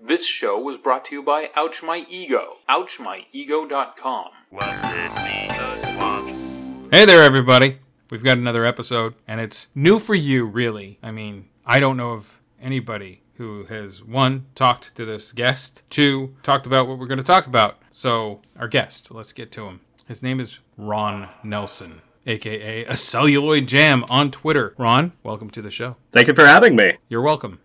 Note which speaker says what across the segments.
Speaker 1: This show was brought to you by Ouch My Ego, ouchmyego.com.
Speaker 2: What's that Migos want?
Speaker 3: Hey there, everybody. We've got another episode, and it's new for you, really. I mean, I don't know of anybody who has, one, talked to this guest, two, talked about what we're going to talk about. So, our guest, let's get to him. His name is Ron Nelson, aka A Celluloid Jam on Twitter. Ron, welcome to the show.
Speaker 4: Thank you for having me.
Speaker 3: You're welcome.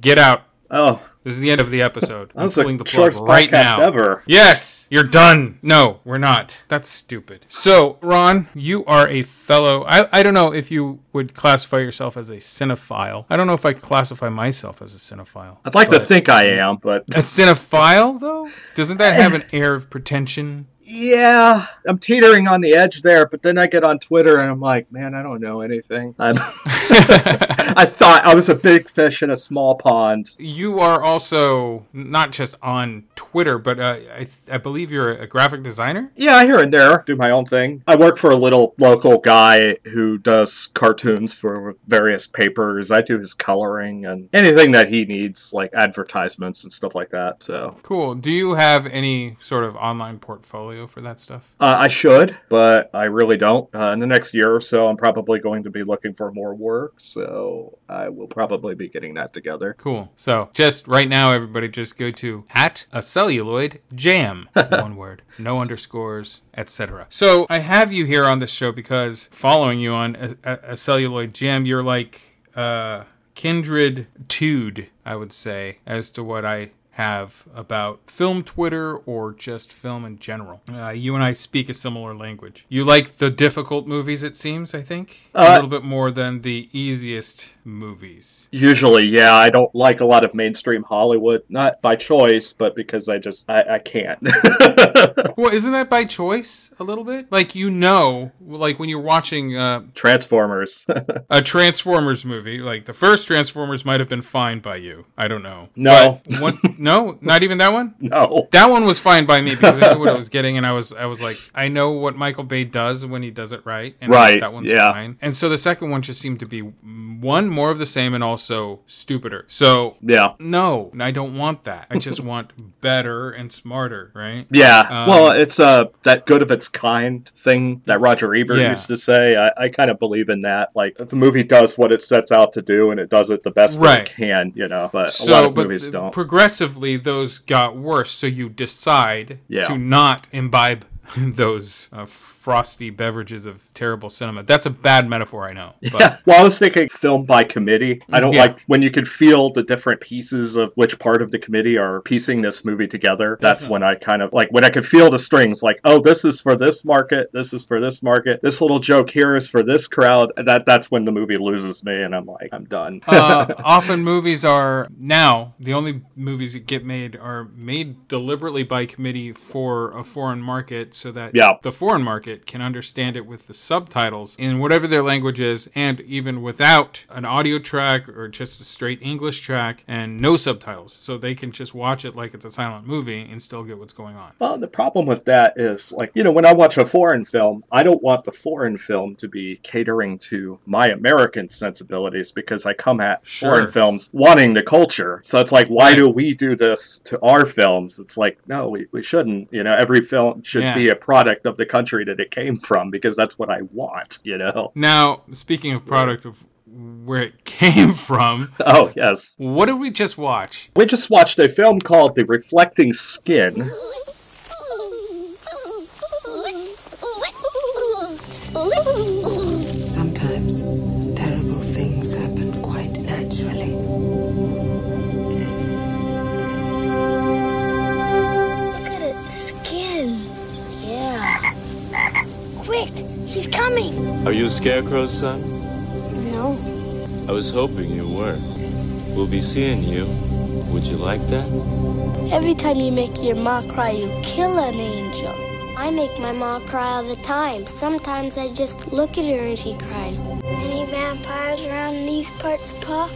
Speaker 3: Get out.
Speaker 4: Oh,
Speaker 3: This is the end of the episode. I'm
Speaker 4: that's the
Speaker 3: pulling the plug
Speaker 4: shortest
Speaker 3: right
Speaker 4: podcast
Speaker 3: now.
Speaker 4: ever.
Speaker 3: Yes, you're done. No, we're not. That's stupid. So, Ron, you are a fellow. I, I don't know if you would classify yourself as a cinephile. I don't know if I classify myself as a cinephile.
Speaker 4: I'd like to think I am, but
Speaker 3: A cinephile, though? Doesn't that have an air of pretension?
Speaker 4: yeah, I'm teetering on the edge there. But then I get on Twitter and I'm like, man, I don't know anything. I'm I thought I was a big fish in a small pond.
Speaker 3: you are also not just on Twitter, but uh, I, I believe you're a graphic designer.
Speaker 4: Yeah, here and there, do my own thing. I work for a little local guy who does cartoons for various papers. I do his coloring and anything that he needs, like advertisements and stuff like that. So
Speaker 3: Cool. Do you have any sort of online portfolio for that stuff?
Speaker 4: Uh, I should, but I really don't. Uh, in the next year or so, I'm probably going to be looking for more work, so I will probably be getting that together.
Speaker 3: Cool. So just right now, everybody just go to at a celluloid jam. one word. No underscores, etc. So I have you here on this show because following you on a, a, a celluloid jam, you're like uh, kindred tude, I would say, as to what I have about film Twitter or just film in general. Uh, you and I speak a similar language. You like the difficult movies, it seems, I think, a
Speaker 4: Uh,
Speaker 3: little bit more than the easiest movies.
Speaker 4: Usually, yeah, I don't like a lot of mainstream Hollywood, not by choice, but because I just I, I can't.
Speaker 3: Well, isn't that by choice a little bit? Like you know, like when you're watching uh,
Speaker 4: Transformers.
Speaker 3: a Transformers movie, like the first Transformers might have been fine by you. I don't know.
Speaker 4: No.
Speaker 3: But one, no, not even that one.
Speaker 4: no.
Speaker 3: That one was fine by me because I knew what I was getting, and I was I was like, I know what Michael Bay does when he does it right, and
Speaker 4: Right,
Speaker 3: that one's
Speaker 4: yeah.
Speaker 3: fine. And so the second one just seemed to be mm, one more of the same, and also stupider. So
Speaker 4: Yeah.
Speaker 3: no, I don't want that. I just want better and smarter, right?
Speaker 4: Yeah,
Speaker 3: Um,
Speaker 4: well, it's uh that good of its kind thing that Roger Ebert
Speaker 3: Yeah.
Speaker 4: used to say. I, I kind of believe in that. Like if the movie does what it sets out to do, and it does it the best that
Speaker 3: Right.
Speaker 4: it can, you know. But
Speaker 3: so,
Speaker 4: a lot of
Speaker 3: but
Speaker 4: movies
Speaker 3: th-
Speaker 4: don't.
Speaker 3: progressively those got worse. So you decide
Speaker 4: Yeah.
Speaker 3: to not imbibe those uh, frosty beverages of terrible cinema. That's a bad metaphor, I know. But
Speaker 4: Yeah. Well, I was thinking film by committee. I don't
Speaker 3: Yeah.
Speaker 4: like when you can feel the different pieces of which part of the committee are piecing this movie together. That's
Speaker 3: Mm-hmm.
Speaker 4: when I kind of like when I could feel the strings like, oh, this is for this market, this is for this market, this little joke here is for this crowd. That that's when the movie loses me and I'm like, I'm done.
Speaker 3: uh, often movies are now the only movies that get made are made deliberately by committee for a foreign market so that
Speaker 4: Yeah.
Speaker 3: the foreign market can understand it with the subtitles in whatever their language is and even without an audio track or just a straight English track and no subtitles so they can just watch it like it's a silent movie and still get what's going on.
Speaker 4: Well, the problem with that is, like, you know, when I watch a foreign film, I don't want the foreign film to be catering to my American sensibilities because I come at
Speaker 3: Sure.
Speaker 4: foreign films wanting the culture. So it's like, why
Speaker 3: Right.
Speaker 4: do we do this to our films? It's like, no, we, we shouldn't. You know, every film should
Speaker 3: Yeah.
Speaker 4: be a product of the country that it came from because that's what I want, you know?
Speaker 3: Now, speaking of product of where it came from,
Speaker 4: Oh, yes.
Speaker 3: what did we just watch?
Speaker 4: We just watched a film called The Reflecting Skin.
Speaker 5: What?
Speaker 6: Sometimes terrible things happen quite naturally.
Speaker 5: Look at its skin. Yeah. Quick, she's coming.
Speaker 7: Are you a scarecrow, son?
Speaker 5: No.
Speaker 7: I was hoping you were. We'll be seeing you. Would you like that?
Speaker 5: Every time you make your ma cry, you kill an angel. I make my ma cry all the time. Sometimes I just look at her and she cries. Any vampires around these parts, Pa?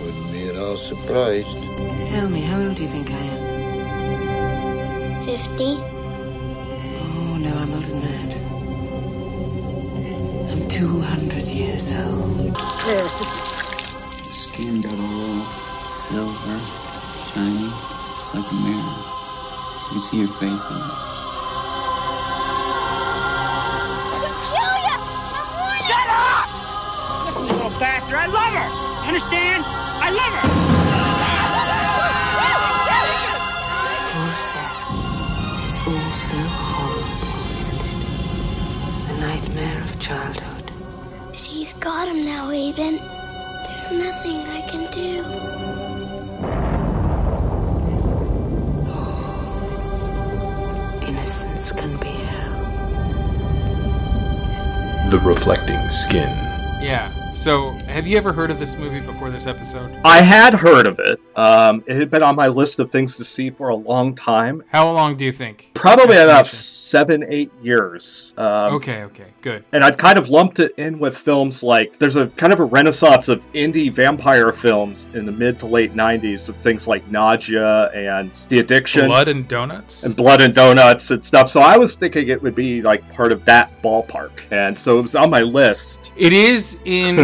Speaker 8: Wouldn't be at all surprised.
Speaker 6: Tell me, how old do you think I am?
Speaker 5: 50.
Speaker 6: Oh, no, I'm older than that. I'm 200 years old.
Speaker 8: The skin got all silver,
Speaker 9: tiny. It's like a mirror. You can see your face in it.
Speaker 5: Julia!
Speaker 2: Shut up! Listen, you little bastard. I love her. Understand? I love her.
Speaker 6: Poor Seth. It's all so horrible, isn't it? The nightmare of childhood.
Speaker 5: She's got him now, Aben. There's nothing I can do.
Speaker 6: Innocence can be hell.
Speaker 10: The Reflecting Skin.
Speaker 3: Yeah. So, have you ever heard of this movie before this episode?
Speaker 4: I had heard of it. Um, it had been on my list of things to see for a long time.
Speaker 3: How long do you think?
Speaker 4: Probably about
Speaker 3: Estimation.
Speaker 4: seven, eight years. Um,
Speaker 3: Okay, okay, good.
Speaker 4: And I've kind of lumped it in with films like there's a kind of a renaissance of indie vampire films in the mid to late 90s of things like Nausea and The Addiction
Speaker 3: Blood and donuts.
Speaker 4: and Blood and Donuts and stuff. So I was thinking it would be like part of that ballpark. And so it was on my list.
Speaker 3: It is in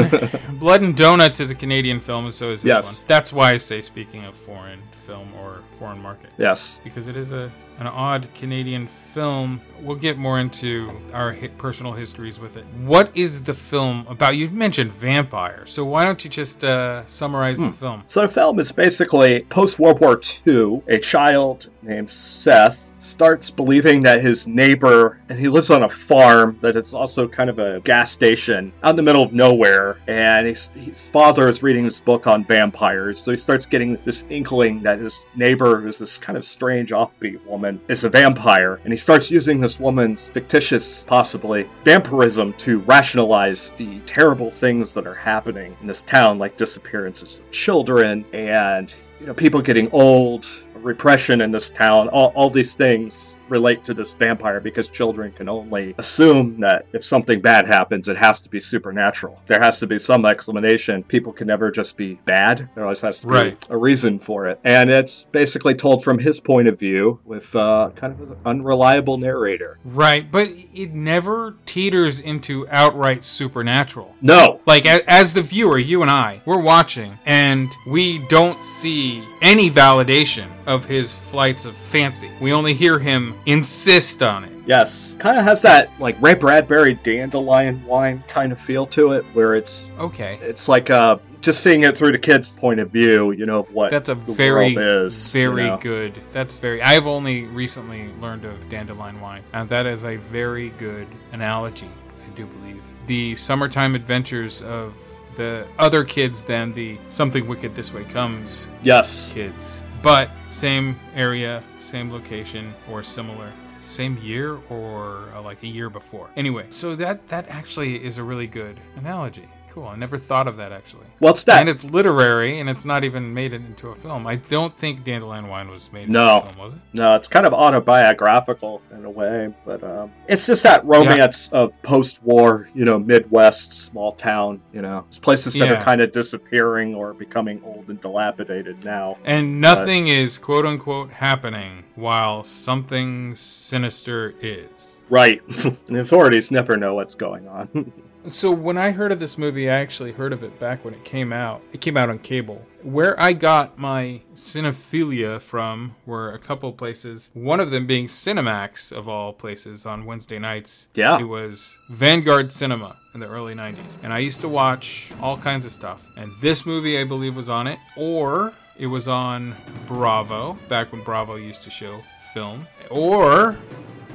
Speaker 3: Blood and Donuts is a Canadian film, and so is this
Speaker 4: Yes.
Speaker 3: one. That's why I say speaking of foreign film or foreign market.
Speaker 4: Yes.
Speaker 3: Because it is a an odd Canadian film. We'll get more into our hi- personal histories with it. What is the film about? You mentioned vampire, so why don't you just uh, summarize the film?
Speaker 4: So the film is basically post World War II, a child named Seth starts believing that his neighbor, and he lives on a farm that it's also kind of a gas station out in the middle of nowhere, and his, his father is reading this book on vampires, so he starts getting this inkling that his neighbor, who's this kind of strange offbeat woman, is a vampire, and he starts using this woman's fictitious, possibly, vampirism to rationalize the terrible things that are happening in this town, like disappearances of children and you know people getting old, repression in this town. All, all these things relate to this vampire because children can only assume that if something bad happens, it has to be supernatural. There has to be some explanation. People can never just be bad. There always has to be
Speaker 3: Right.
Speaker 4: a reason for it. And it's basically told from his point of view with uh, kind of an unreliable narrator.
Speaker 3: Right, but it never teeters into outright supernatural.
Speaker 4: No,
Speaker 3: Like, a- as the viewer, you and I, we're watching, and we don't see any validation of his flights of fancy. We only hear him insist on it.
Speaker 4: Yes. Kind of has that like Ray Bradbury dandelion wine kind of feel to it where it's
Speaker 3: Okay.
Speaker 4: it's like uh just seeing it through the kid's point of view, you know, of what
Speaker 3: That's a
Speaker 4: the
Speaker 3: very,
Speaker 4: world is, you
Speaker 3: very
Speaker 4: know.
Speaker 3: good. That's very. I've only recently learned of dandelion wine, and that is a very good analogy, I do believe. The summertime adventures of the other kids than the Something Wicked This Way Comes
Speaker 4: Yes.
Speaker 3: kids. But same area, same location, or similar. Same year or uh, like a year before. Anyway, so that that actually is a really good analogy. Cool. I never thought of that actually.
Speaker 4: What's that?
Speaker 3: And it's literary, and it's not even made it into a film. I don't think Dandelion Wine was made into a
Speaker 4: No.
Speaker 3: film, was it?
Speaker 4: No, it's kind of autobiographical in a way, but um, it's just that romance of post-war, you know, Midwest small town, you know, it's places that
Speaker 3: Yeah.
Speaker 4: are kind of disappearing or becoming old and dilapidated now.
Speaker 3: And nothing is quote unquote happening while something sinister is.
Speaker 4: Right. and the authorities never know what's going on.
Speaker 3: So when I heard of this movie, I actually heard of it back when it came out. It came out on cable. Where I got my cinephilia from were a couple places. One of them being Cinemax of all places on Wednesday nights.
Speaker 4: Yeah.
Speaker 3: It was Vanguard Cinema in the early 90s. And I used to watch all kinds of stuff. And this movie I believe was on it or it was on Bravo back when Bravo used to show film or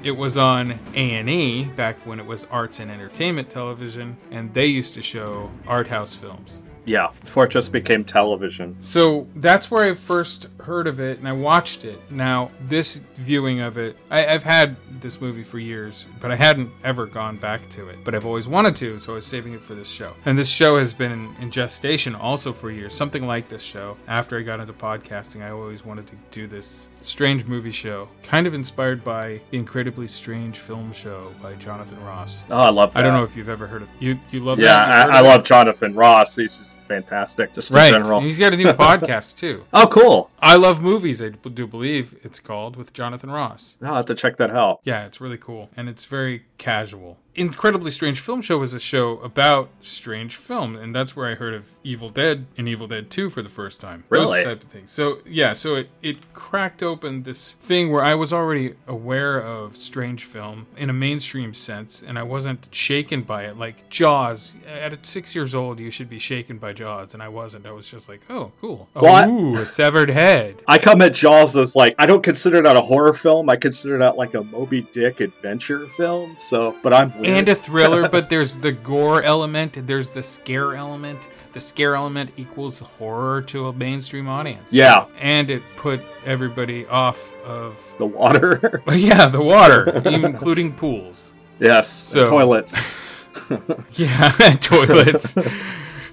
Speaker 3: it was on A&E back when it was arts and entertainment television and they used to show art house films.
Speaker 4: yeah, before it just became television.
Speaker 3: So that's where I first heard of it and I watched it. Now, this viewing of it, I, I've had this movie for years, but I hadn't ever gone back to it. But I've always wanted to, so I was saving it for this show. And this show has been in, in gestation also for years, something like this show. After I got into podcasting, I always wanted to do this strange movie show, kind of inspired by the incredibly strange film show by Jonathan Ross.
Speaker 4: Oh, I love. That.
Speaker 3: I don't know if you've ever heard of you. You love
Speaker 4: yeah,
Speaker 3: that? You've heard
Speaker 4: I, I
Speaker 3: of it?
Speaker 4: love Jonathan Ross. He's just fantastic, just
Speaker 3: right.
Speaker 4: in general.
Speaker 3: And he's got a new podcast too.
Speaker 4: oh, cool.
Speaker 3: I Love Movies, I do believe it's called, with Jonathan Ross.
Speaker 4: I'll have to check that out.
Speaker 3: Yeah, it's really cool. And it's very casual. Incredibly Strange Film Show was a show about strange film, and that's where I heard of Evil Dead and Evil Dead 2 for the first time.
Speaker 4: Really?
Speaker 3: Those type of things. So, yeah, so it, it cracked open this thing where I was already aware of strange film in a mainstream sense, and I wasn't shaken by it. Like Jaws, at six years old, you should be shaken by Jaws, and I wasn't. I was just like, oh, cool. Oh,
Speaker 4: What?
Speaker 3: Ooh, a severed head.
Speaker 4: I come at Jaws as like I don't consider that a horror film. I consider that like a Moby Dick adventure film. So, but I'm weird.
Speaker 3: and a thriller, but there's the gore element, there's the scare element. The scare element equals horror to a mainstream audience.
Speaker 4: Yeah.
Speaker 3: And it put everybody off of,
Speaker 4: the water.
Speaker 3: yeah, the water, including pools.
Speaker 4: yes,
Speaker 3: So-
Speaker 4: toilets.
Speaker 3: Yeah, toilets.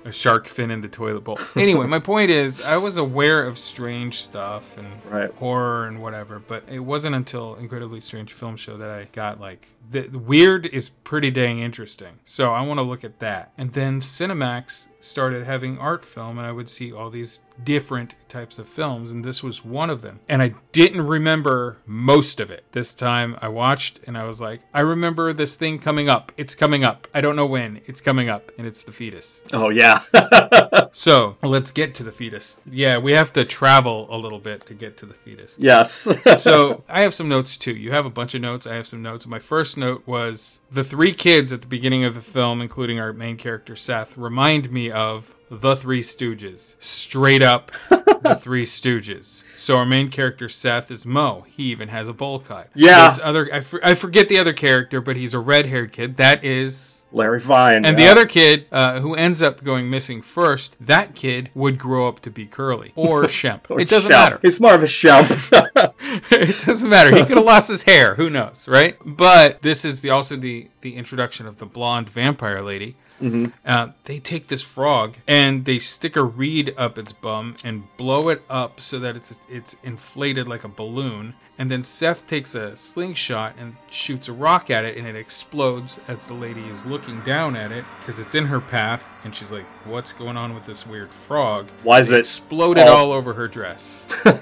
Speaker 3: a shark fin in the toilet bowl. Anyway, my point is, I was aware of strange stuff and
Speaker 4: Right.
Speaker 3: horror and whatever, but it wasn't until Incredibly Strange Film Show that I got like the, the weird is pretty dang interesting. So I want to look at that. And then Cinemax started having art film, and I would see all these different types of films, and this was one of them. And I didn't remember most of it. This time I watched, and I was like, I remember this thing coming up. It's coming up. I don't know when. It's coming up, and it's the fetus.
Speaker 4: Oh yeah.
Speaker 3: So let's get to the fetus. Yeah, we have to travel a little bit to get to the fetus.
Speaker 4: yes.
Speaker 3: So I have some notes too. You have a bunch of notes. I have some notes. My first note was the three kids at the beginning of the film, including our main character Seth, remind me of the Three Stooges. Straight up, the Three Stooges. So our main character Seth is Mo. He even has a bowl cut.
Speaker 4: Yeah.
Speaker 3: This other I, for, I forget the other character, but he's a red-haired kid. That is
Speaker 4: Larry Vine.
Speaker 3: and
Speaker 4: yeah.
Speaker 3: the other kid uh, who ends up going missing first, that kid would grow up to be Curly or Shemp. it doesn't
Speaker 4: Shemp.
Speaker 3: matter.
Speaker 4: It's more of a shemp.
Speaker 3: it doesn't matter. He could have lost his hair. Who knows, right? But this is the also the the introduction of the blonde vampire lady.
Speaker 4: Mm-hmm.
Speaker 3: Uh, they take this frog and they stick a reed up its bum and blow it up so that it's it's inflated like a balloon. And then Seth takes a slingshot and shoots a rock at it, and it explodes as the lady is looking down at it because it's in her path, and she's like, "What's going on with this weird frog?"
Speaker 4: Why is
Speaker 3: It
Speaker 4: it?
Speaker 3: exploded
Speaker 4: all-
Speaker 3: all over her dress.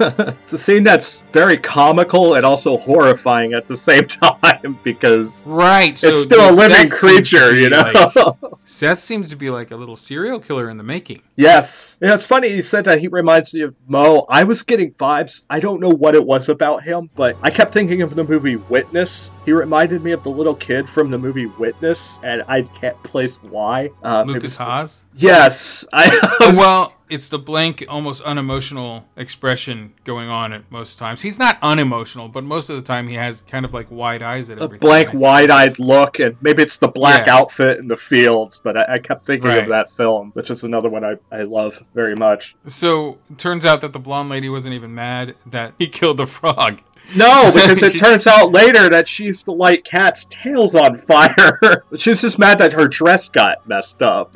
Speaker 4: It's a scene that's very comical and also horrifying at the same time because
Speaker 3: Right. so
Speaker 4: it's still a
Speaker 3: the
Speaker 4: living
Speaker 3: Seth seems to
Speaker 4: creature,
Speaker 3: be
Speaker 4: you know.
Speaker 3: like- Seth seems to be like a little serial killer in the making.
Speaker 4: Yes. Yeah, it's funny you said that he reminds me of Mo. I was getting vibes. I don't know what it was about him, but I kept thinking of the movie Witness. He reminded me of the little kid from the movie Witness, and I can't place why. Um, it
Speaker 3: Lucas
Speaker 4: was-
Speaker 3: Haas.
Speaker 4: Yes. I was-
Speaker 3: Well, it's the blank, almost unemotional expression going on at most times. He's not unemotional, but most of the time he has kind of like wide eyes at
Speaker 4: a
Speaker 3: everything. I
Speaker 4: blank,
Speaker 3: think
Speaker 4: wide-eyed
Speaker 3: that's-
Speaker 4: look, and maybe it's the black
Speaker 3: Yeah.
Speaker 4: outfit and the fields. But I, I kept thinking
Speaker 3: Right.
Speaker 4: of that film, which is another one I, I love very much.
Speaker 3: So turns out that the blonde lady wasn't even mad that he killed the frog.
Speaker 4: No, because it
Speaker 3: She-
Speaker 4: turns out later that she used to light cats' tails on fire. She's just mad that her dress got messed up.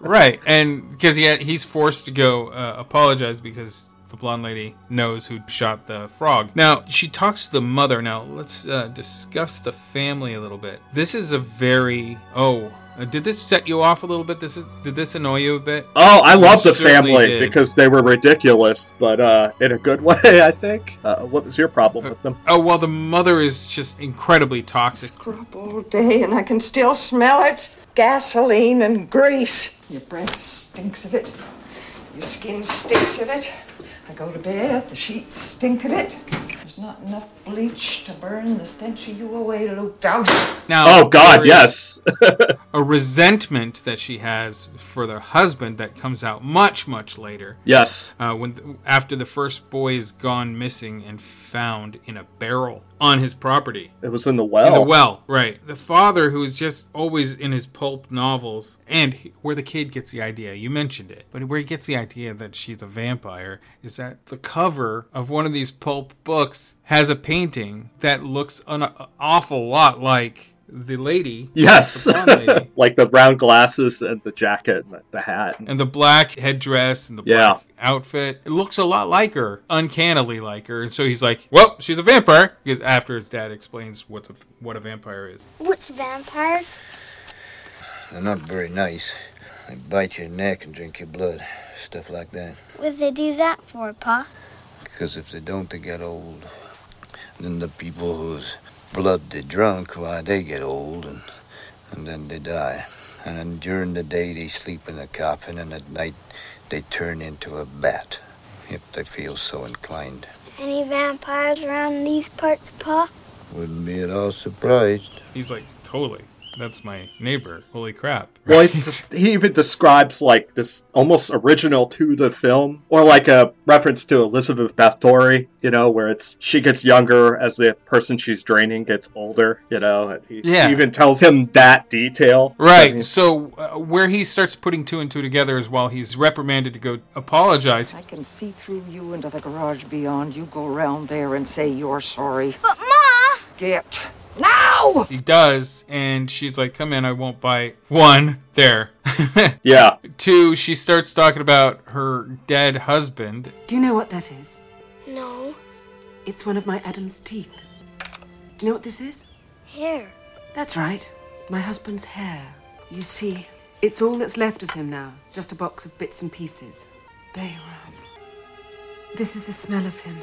Speaker 3: right and because he had, he's forced to go uh, apologize because the blonde lady knows who shot the frog now she talks to the mother now let's uh, discuss the family a little bit this is a very oh uh, did this set you off a little bit this is did this annoy you a bit
Speaker 4: Oh, I love
Speaker 3: You
Speaker 4: the
Speaker 3: certainly
Speaker 4: family
Speaker 3: did.
Speaker 4: because they were ridiculous, but uh, in a good way, I think. Uh, what was your problem with them?
Speaker 3: oh well the mother is just incredibly toxic
Speaker 6: Grub all day and I can still smell it. Gasoline and grease. Your breath stinks of it. Your skin stinks of it. I go to bed, the sheets stink of it. There's not enough bleach to burn the stench of you away, Luke Dowd.
Speaker 3: now
Speaker 4: Oh God,
Speaker 3: there is-
Speaker 4: yes.
Speaker 3: a resentment that she has for their husband that comes out much much later
Speaker 4: yes.
Speaker 3: uh, when after the first boy is gone missing and found in a barrel on his property
Speaker 4: It was in the well.
Speaker 3: in the well right the father who is just always in his pulp novels and he- where the kid gets the idea you mentioned it but where he gets the idea that she's a vampire is that the cover of one of these pulp books has a painting that looks an awful lot like the lady
Speaker 4: Yes.
Speaker 3: the blonde lady.
Speaker 4: like the round glasses and the jacket and the, the hat.
Speaker 3: and the black headdress and the
Speaker 4: Yeah.
Speaker 3: black outfit. It looks a lot like her, uncannily like her. And so he's like, "Well, she's a vampire." Because after his dad explains what a, what a vampire is,
Speaker 5: What's vampires?
Speaker 8: They're not very nice. They bite your neck and drink your blood. Stuff like that.
Speaker 5: What'd they do that for, Pa?
Speaker 8: Because if they don't, they get old. And then the people whose blood they drunk, why, they get old. And and then they die. And then during the day they sleep in a coffin, and at night they turn into a bat if they feel so inclined.
Speaker 5: Any vampires around these parts, Pa?
Speaker 8: Wouldn't be at all surprised.
Speaker 3: He's like, totally. That's my neighbor. Holy crap.
Speaker 4: Well, it's, he even describes like this almost original to the film, or like a reference to Elizabeth Bathory, you know, where it's she gets younger as the person she's draining gets older, you know. And he,
Speaker 3: Yeah.
Speaker 4: he even tells him that detail. I mean,
Speaker 3: Right. So uh, where he starts putting two and two together is while he's reprimanded to go apologize.
Speaker 6: I can see through you into the garage beyond. You go around there and say you're sorry.
Speaker 5: But Ma!
Speaker 6: Get. Now!
Speaker 3: He does, and she's like, "Come in, I won't bite." One, there.
Speaker 4: yeah.
Speaker 3: Two, she starts talking about her dead husband.
Speaker 11: Do you know what that is?
Speaker 5: No.
Speaker 11: It's one of my Adam's teeth. Do you know what this is?
Speaker 5: Hair.
Speaker 11: That's right. My husband's hair. You see, it's all that's left of him now. Just a box of bits and pieces. Bayram. This is the smell of him.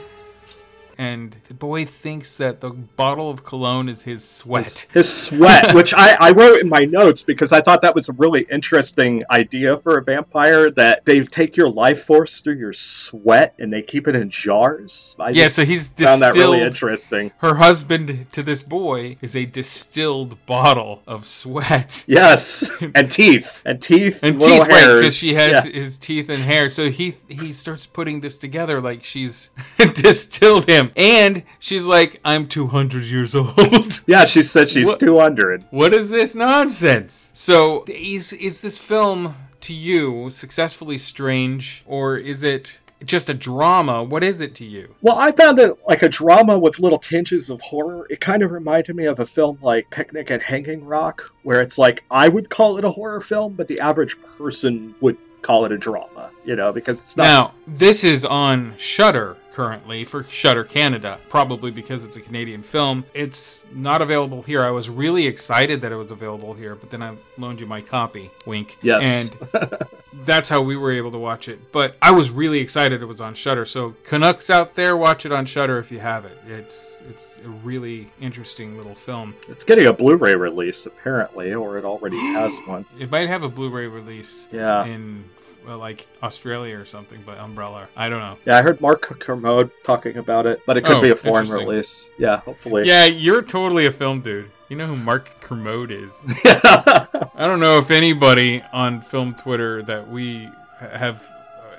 Speaker 3: And the boy thinks that the bottle of cologne is his sweat.
Speaker 4: His sweat, which I, I wrote in my notes because I thought that was a really interesting idea for a vampire that they take your life force through your sweat and they keep it in jars. I
Speaker 3: yeah,
Speaker 4: just
Speaker 3: so he's
Speaker 4: found that
Speaker 3: distilled-
Speaker 4: really interesting.
Speaker 3: Her husband to this boy is a distilled bottle of sweat.
Speaker 4: Yes, and teeth, and teeth,
Speaker 3: and
Speaker 4: little
Speaker 3: teeth right
Speaker 4: hairs.
Speaker 3: because she has
Speaker 4: Yes.
Speaker 3: his teeth and hair so he he starts putting this together like she's distilled him and she's like i'm 200 years old
Speaker 4: Yeah, she said she's
Speaker 3: What-
Speaker 4: two hundred.
Speaker 3: what is this nonsense so is is this film to you successfully strange or is it just a drama what is it to you
Speaker 4: Well, I found it like a drama with little tinges of horror. It kind of reminded me of a film like Picnic at Hanging Rock, where it's like I would call it a horror film, but the average person would call it a drama. You know, because it's not.
Speaker 3: Now, this is on Shutter currently for Shutter Canada, probably because it's a Canadian film. It's not available here. I was really excited that it was available here, but then I loaned you my copy. Wink.
Speaker 4: Yes.
Speaker 3: And that's how we were able to watch it. But I was really excited it was on Shutter. So Canucks out there, watch it on Shutter if you have it. It's it's a really interesting little film.
Speaker 4: It's getting a Blu-ray release apparently, or it already has one.
Speaker 3: It might have a Blu-ray release
Speaker 4: Yeah.
Speaker 3: in well, like Australia or something, but Umbrella. I don't know.
Speaker 4: Yeah, I heard Mark Kermode talking about it, but it could
Speaker 3: Oh,
Speaker 4: be a foreign
Speaker 3: interesting.
Speaker 4: release. Yeah, hopefully.
Speaker 3: Yeah, you're totally a film dude. You know who Mark Kermode is. I don't know if anybody on film Twitter that we ha- have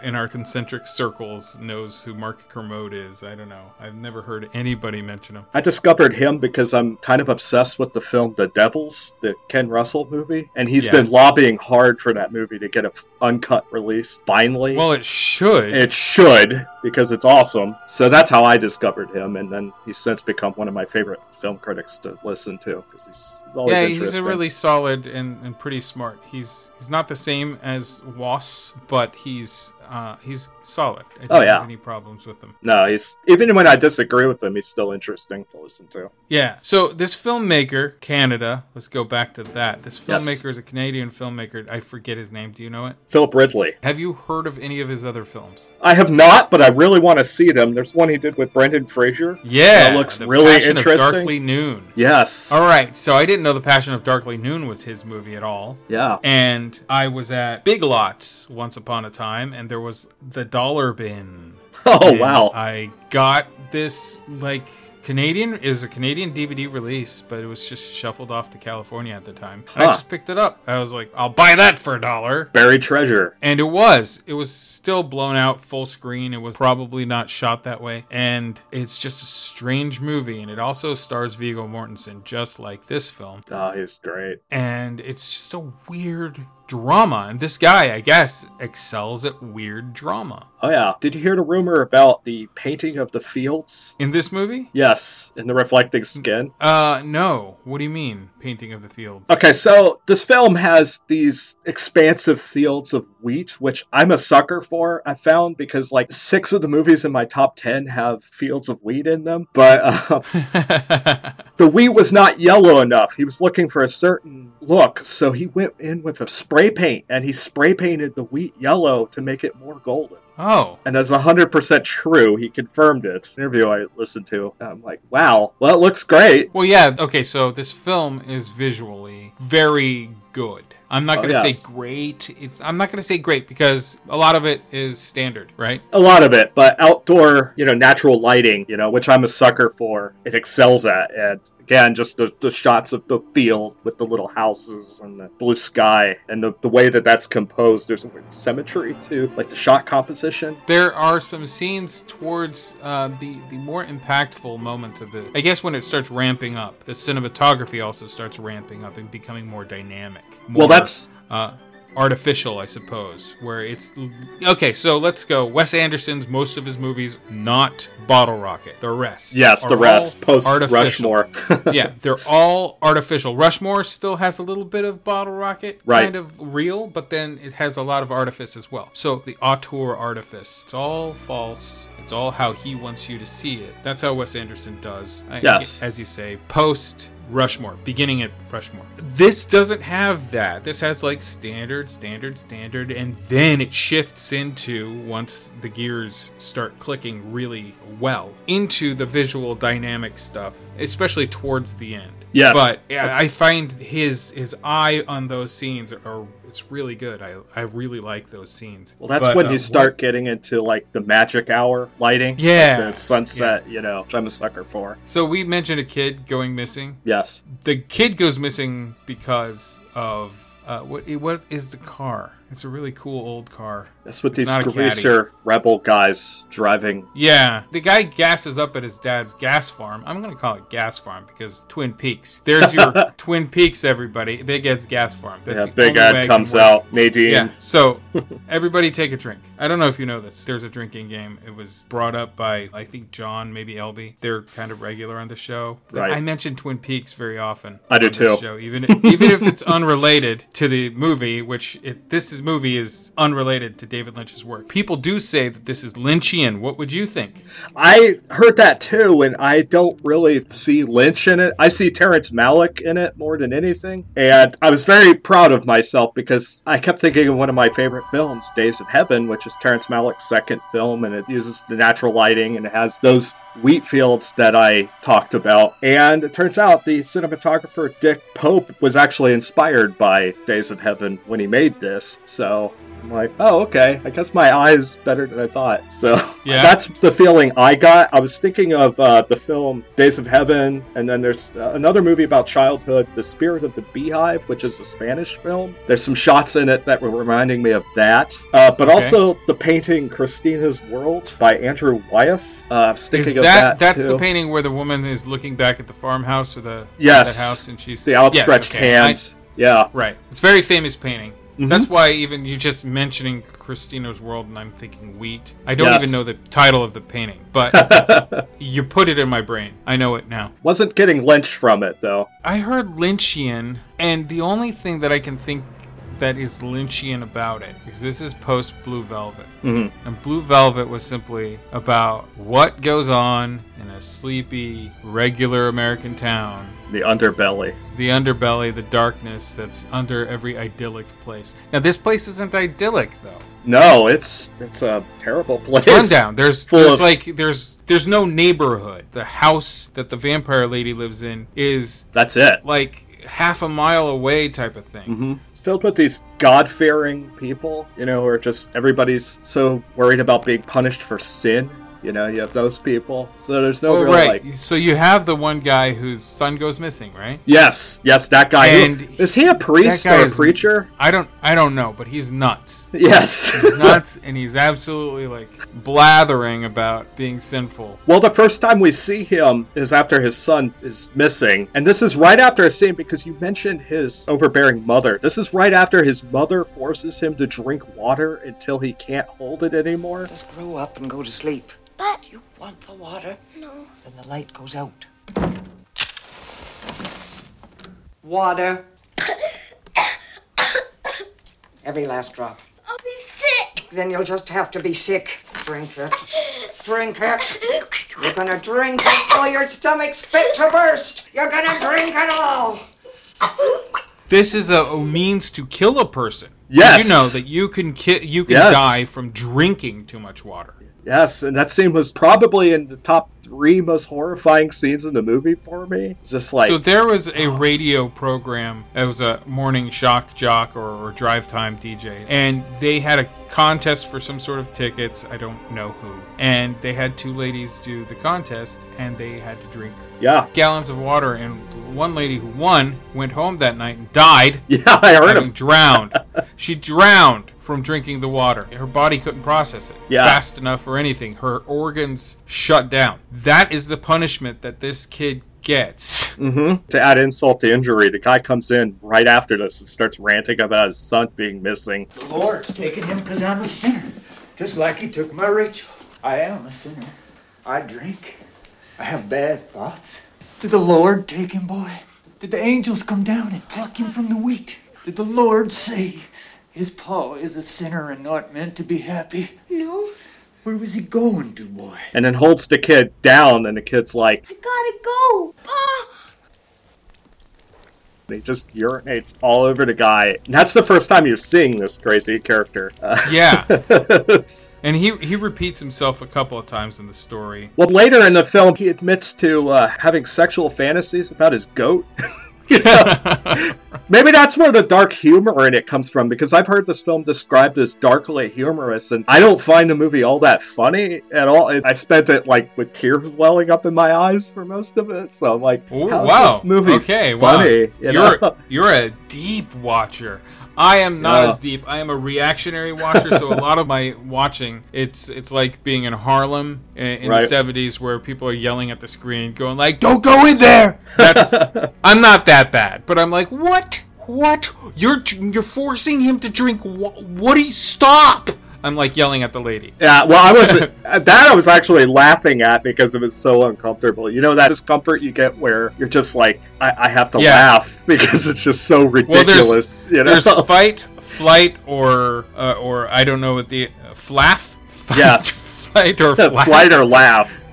Speaker 3: in our concentric circles knows who Mark Kermode is. I don't know. I've never heard anybody mention him.
Speaker 4: I discovered him because I'm kind of obsessed with the film The Devils, the Ken Russell movie, and he's
Speaker 3: Yeah.
Speaker 4: been lobbying hard for that movie to get an uncut release finally.
Speaker 3: Well, it should.
Speaker 4: it should because it's awesome. So that's how I discovered him, and then he's since become one of my favorite film critics to listen to because he's, he's always
Speaker 3: yeah,
Speaker 4: interesting.
Speaker 3: he's a really solid and, and pretty smart. He's he's not the same as Wass, but he's uh, he's solid. I don't
Speaker 4: Oh, yeah.
Speaker 3: have any problems with him.
Speaker 4: No, he's even when I disagree with him, he's still interesting to listen to.
Speaker 3: Yeah. So this filmmaker, Canada, let's go back to that. This
Speaker 4: Yes.
Speaker 3: filmmaker is a Canadian filmmaker. I forget his name. Do you know it?
Speaker 4: Philip Ridley.
Speaker 3: Have you heard of any of his other films?
Speaker 4: I have not, but I really want to see them. There's one he did with Brendan Fraser.
Speaker 3: Yeah.
Speaker 4: That looks
Speaker 3: The
Speaker 4: really
Speaker 3: Passion
Speaker 4: interesting.
Speaker 3: Of Darkly Noon.
Speaker 4: Yes.
Speaker 3: All right. So I didn't know The Passion of Darkly Noon was his movie at all.
Speaker 4: Yeah.
Speaker 3: And I was at Big Lots once upon a time, and there was the dollar bin.
Speaker 4: Oh
Speaker 3: And uh,
Speaker 4: wow.
Speaker 3: I got this like Canadian. It was a Canadian DVD release, but it was just shuffled off to California at the time. And I
Speaker 4: Huh.
Speaker 3: just picked it up. I was like, I'll buy that for a dollar.
Speaker 4: Buried treasure.
Speaker 3: And it was. It was still blown out full screen. It was probably not shot that way. And it's just a strange movie. And it also stars Vigo Mortensen, just like this film
Speaker 4: Oh, he's great.
Speaker 3: and it's just a weird drama. And this guy, I guess, excels at weird drama.
Speaker 4: Oh yeah. Did you hear the rumor about the painting of the fields?
Speaker 3: In this movie?
Speaker 4: Yes, in the reflecting skin.
Speaker 3: Uh, no. What do you mean, painting of the fields?
Speaker 4: Okay, so this film has these expansive fields of wheat, which I'm a sucker for. I found because like six of the movies in my top ten have fields of wheat in them, but uh, the wheat was not yellow enough. He was looking for a certain look, so he went in with a spray paint and he spray painted the wheat yellow to make it more golden.
Speaker 3: oh,
Speaker 4: And that's 100% true. He confirmed it. Interview I listened to. I'm like, wow, well, it looks great.
Speaker 3: well, yeah. Okay, so this film is visually very good. I'm not
Speaker 4: Oh,
Speaker 3: going to
Speaker 4: yes.
Speaker 3: say great. It's I'm not going to say great because a lot of it is standard, right?
Speaker 4: A lot of it, but outdoor, you know, natural lighting, you know, which I'm a sucker for, it excels at. And again, just the, the shots of the field with the little houses and the blue sky and the, the way that that's composed. There's a weird symmetry to like the shot composition.
Speaker 3: There are some scenes towards uh, the the more impactful moments of the. I guess when it starts ramping up, the cinematography also starts ramping up and becoming more dynamic. More,
Speaker 4: Well, that's-
Speaker 3: uh, artificial, I suppose. Where it's okay. So let's go. Wes Anderson's most of his movies not Bottle Rocket. The rest,
Speaker 4: Yes,
Speaker 3: are
Speaker 4: the rest,
Speaker 3: all
Speaker 4: post
Speaker 3: artificial.
Speaker 4: Rushmore.
Speaker 3: yeah, they're all artificial. Rushmore still has a little bit of bottle rocket
Speaker 4: Right.
Speaker 3: kind of real, but then it has a lot of artifice as well. So the auteur artifice, it's all false. It's all how he wants you to see it. That's how Wes Anderson does. I-
Speaker 4: Yes.
Speaker 3: As you say, post Rushmore, beginning at Rushmore. This doesn't have that. This has like standard, standard, standard, and then it shifts into once the gears start clicking really well into the visual dynamic stuff, especially towards the end.
Speaker 4: Yes.
Speaker 3: But yeah, I find his his eye on those scenes are, are it's really good. I I really like those scenes.
Speaker 4: Well, that's
Speaker 3: But,
Speaker 4: when
Speaker 3: uh,
Speaker 4: you start getting into like the magic hour lighting.
Speaker 3: Yeah.
Speaker 4: Like the sunset, you know, which I'm a sucker for.
Speaker 3: So we mentioned a kid going missing.
Speaker 4: Yes.
Speaker 3: the kid goes missing because of uh, what? What is the car? It's a really cool old car.
Speaker 4: That's what
Speaker 3: It's
Speaker 4: these
Speaker 3: not a caddy.
Speaker 4: greaser rebel guys driving.
Speaker 3: Yeah, the guy gasses up at his dad's gas farm. I'm gonna call it gas farm because Twin Peaks. There's your Twin Peaks, everybody. Big Ed's gas farm. That's
Speaker 4: yeah,
Speaker 3: the
Speaker 4: Big
Speaker 3: only way I
Speaker 4: Ed
Speaker 3: can
Speaker 4: comes
Speaker 3: work.
Speaker 4: out. Nadine.
Speaker 3: Yeah. So everybody take a drink. I don't know if you know this. There's a drinking game. It was brought up by I think John, maybe Elby. They're kind of regular on the show.
Speaker 4: Right.
Speaker 3: I mention Twin Peaks very often.
Speaker 4: I do
Speaker 3: on this
Speaker 4: too.
Speaker 3: Show, even even if it's unrelated to the movie, which it, this is, movie is unrelated to David Lynch's work. People do say that this is Lynchian. What would you think?
Speaker 4: I heard that too, and I don't really see Lynch in it. I see Terrence Malick in it more than anything. And I was very proud of myself because I kept thinking of one of my favorite films, Days of Heaven, which is Terrence Malick's second film, and it uses the natural lighting and it has those wheat fields that I talked about. And it turns out the cinematographer Dick Pope was actually inspired by Days of Heaven when he made this. So I'm like, oh, okay. I guess my eye is better than I thought. So
Speaker 3: Yeah.
Speaker 4: that's the feeling I got. I was thinking of uh, the film Days of Heaven, and then there's uh, another movie about childhood, The Spirit of the Beehive, which is a Spanish film. There's some shots in it that were reminding me of that. Uh, but
Speaker 3: Okay.
Speaker 4: also the painting Christina's World by Andrew Wyeth. Uh, I was thinking
Speaker 3: Is
Speaker 4: of
Speaker 3: that,
Speaker 4: that.
Speaker 3: that's
Speaker 4: too.
Speaker 3: the painting where the woman is looking back at the farmhouse or the
Speaker 4: Yes.
Speaker 3: the house and she's
Speaker 4: The outstretched
Speaker 3: yes, okay. I-
Speaker 4: hand. yeah.
Speaker 3: Right. It's a very famous painting.
Speaker 4: Mhm.
Speaker 3: That's why even you just mentioning Christina's world and I'm thinking wheat. I don't
Speaker 4: Yes.
Speaker 3: even know the title of the painting, but you put it in my brain. I know it now.
Speaker 4: Wasn't getting Lynch from it, though.
Speaker 3: I heard Lynchian, and the only thing that I can think that is Lynchian about it is this is post Blue Velvet.
Speaker 4: Mhm.
Speaker 3: And Blue Velvet was simply about what goes on in a sleepy, regular American town
Speaker 4: The underbelly.
Speaker 3: the underbelly, the darkness that's under every idyllic place. Now, this place isn't idyllic though.
Speaker 4: No, it's it's a terrible place.
Speaker 3: It's rundown. There's
Speaker 4: full
Speaker 3: there's
Speaker 4: of-
Speaker 3: like there's there's no neighborhood. The house that the vampire lady lives in is
Speaker 4: That's it.
Speaker 3: like half a mile away type of thing.
Speaker 4: It's filled with these God fearing people, you know, who are just everybody's so worried about being punished for sin. You know, you have those people. So there's no
Speaker 3: Oh,
Speaker 4: real
Speaker 3: right.
Speaker 4: like.
Speaker 3: So you have the one guy whose son goes missing, right?
Speaker 4: Yes, yes, that guy. who-
Speaker 3: And
Speaker 4: is he a priest
Speaker 3: that guy
Speaker 4: or a
Speaker 3: is-
Speaker 4: preacher?
Speaker 3: I don't I don't know, but he's nuts.
Speaker 4: Yes.
Speaker 3: He's nuts and he's absolutely like blathering about being sinful.
Speaker 4: Well, the first time we see him is after his son is missing. And this is right after a scene because you mentioned his overbearing mother. This is right after his mother forces him to drink water until he can't hold it anymore.
Speaker 6: Just grow up and go to sleep.
Speaker 5: But
Speaker 6: You want the water,
Speaker 5: no,
Speaker 6: then the light goes out. Water. Every last drop.
Speaker 5: I'll be sick.
Speaker 6: Then you'll just have to be sick. Drink it. Drink it. You're gonna drink it till your stomach's fit to burst. You're gonna drink it all.
Speaker 3: this is a, a means to kill a person.
Speaker 4: Yes.
Speaker 3: you know that you can ki- you can
Speaker 4: Yes.
Speaker 3: die from drinking too much water.
Speaker 4: Yes, and that scene was probably in the top three most horrifying scenes in the movie for me. It's just like uh.
Speaker 3: so there was a radio program it was a morning shock jock or, or drive time dj and they had a contest for some sort of tickets i don't know who and they had two ladies do the contest and they had to drink
Speaker 4: Yeah.
Speaker 3: gallons of water and one lady who won went home that night and died
Speaker 4: yeah i heard
Speaker 3: having drowned she drowned from drinking the water her body couldn't process it
Speaker 4: Yeah.
Speaker 3: fast enough or anything her organs shut down that is the punishment that this kid gets
Speaker 4: hmm To add insult to injury, the guy comes in right after this and starts ranting about his son being missing.
Speaker 12: The Lord's taken him because I'm a sinner, just like He took my Rachel. I am a sinner. I drink. I have bad thoughts. Did the Lord take him, boy? Did the angels come down and pluck him from the wheat? Did the Lord say, His Paul is a sinner and not meant to be happy? No. Where was he going to, boy?
Speaker 4: And then holds the kid down, and the kid's like,
Speaker 5: Gotta go, Ah. Pa!
Speaker 4: he just urinates all over the guy. And that's the first time you're seeing this crazy character. Uh,
Speaker 3: Yeah. and he he repeats himself a couple of times in the story.
Speaker 4: well, later in the film, he admits to uh, having sexual fantasies about his goat. You know? Maybe that's where the dark humor in it comes from because I've heard this film described as darkly humorous, and I don't find the movie all that funny at all. I spent it like with tears welling up in my eyes for most of it, so I'm like,
Speaker 3: Ooh,
Speaker 4: how's
Speaker 3: wow.
Speaker 4: this movie
Speaker 3: okay,
Speaker 4: funny?
Speaker 3: Wow.
Speaker 4: You
Speaker 3: are
Speaker 4: know?
Speaker 3: you're a deep watcher. I am not
Speaker 4: Yeah.
Speaker 3: as deep. I am a reactionary watcher, so a lot of my watching, it's it's like being in Harlem in, in
Speaker 4: Right.
Speaker 3: the '70s, where people are yelling at the screen, going like, "Don't go in there." That's I'm not that bad, but I'm like, "What? What? You're you're forcing him to drink? What? What do you stop?" I'm like yelling at the lady.
Speaker 4: Yeah, well, I was uh, that I was actually laughing at because it was so uncomfortable. You know that discomfort you get where you're just like, I, I have to
Speaker 3: Yeah.
Speaker 4: laugh because it's just so ridiculous. you know?
Speaker 3: there's fight, flight, or uh, or I don't know what the uh, flaff. Fight,
Speaker 4: Yeah.
Speaker 3: flight or flaff.
Speaker 4: flight or laugh.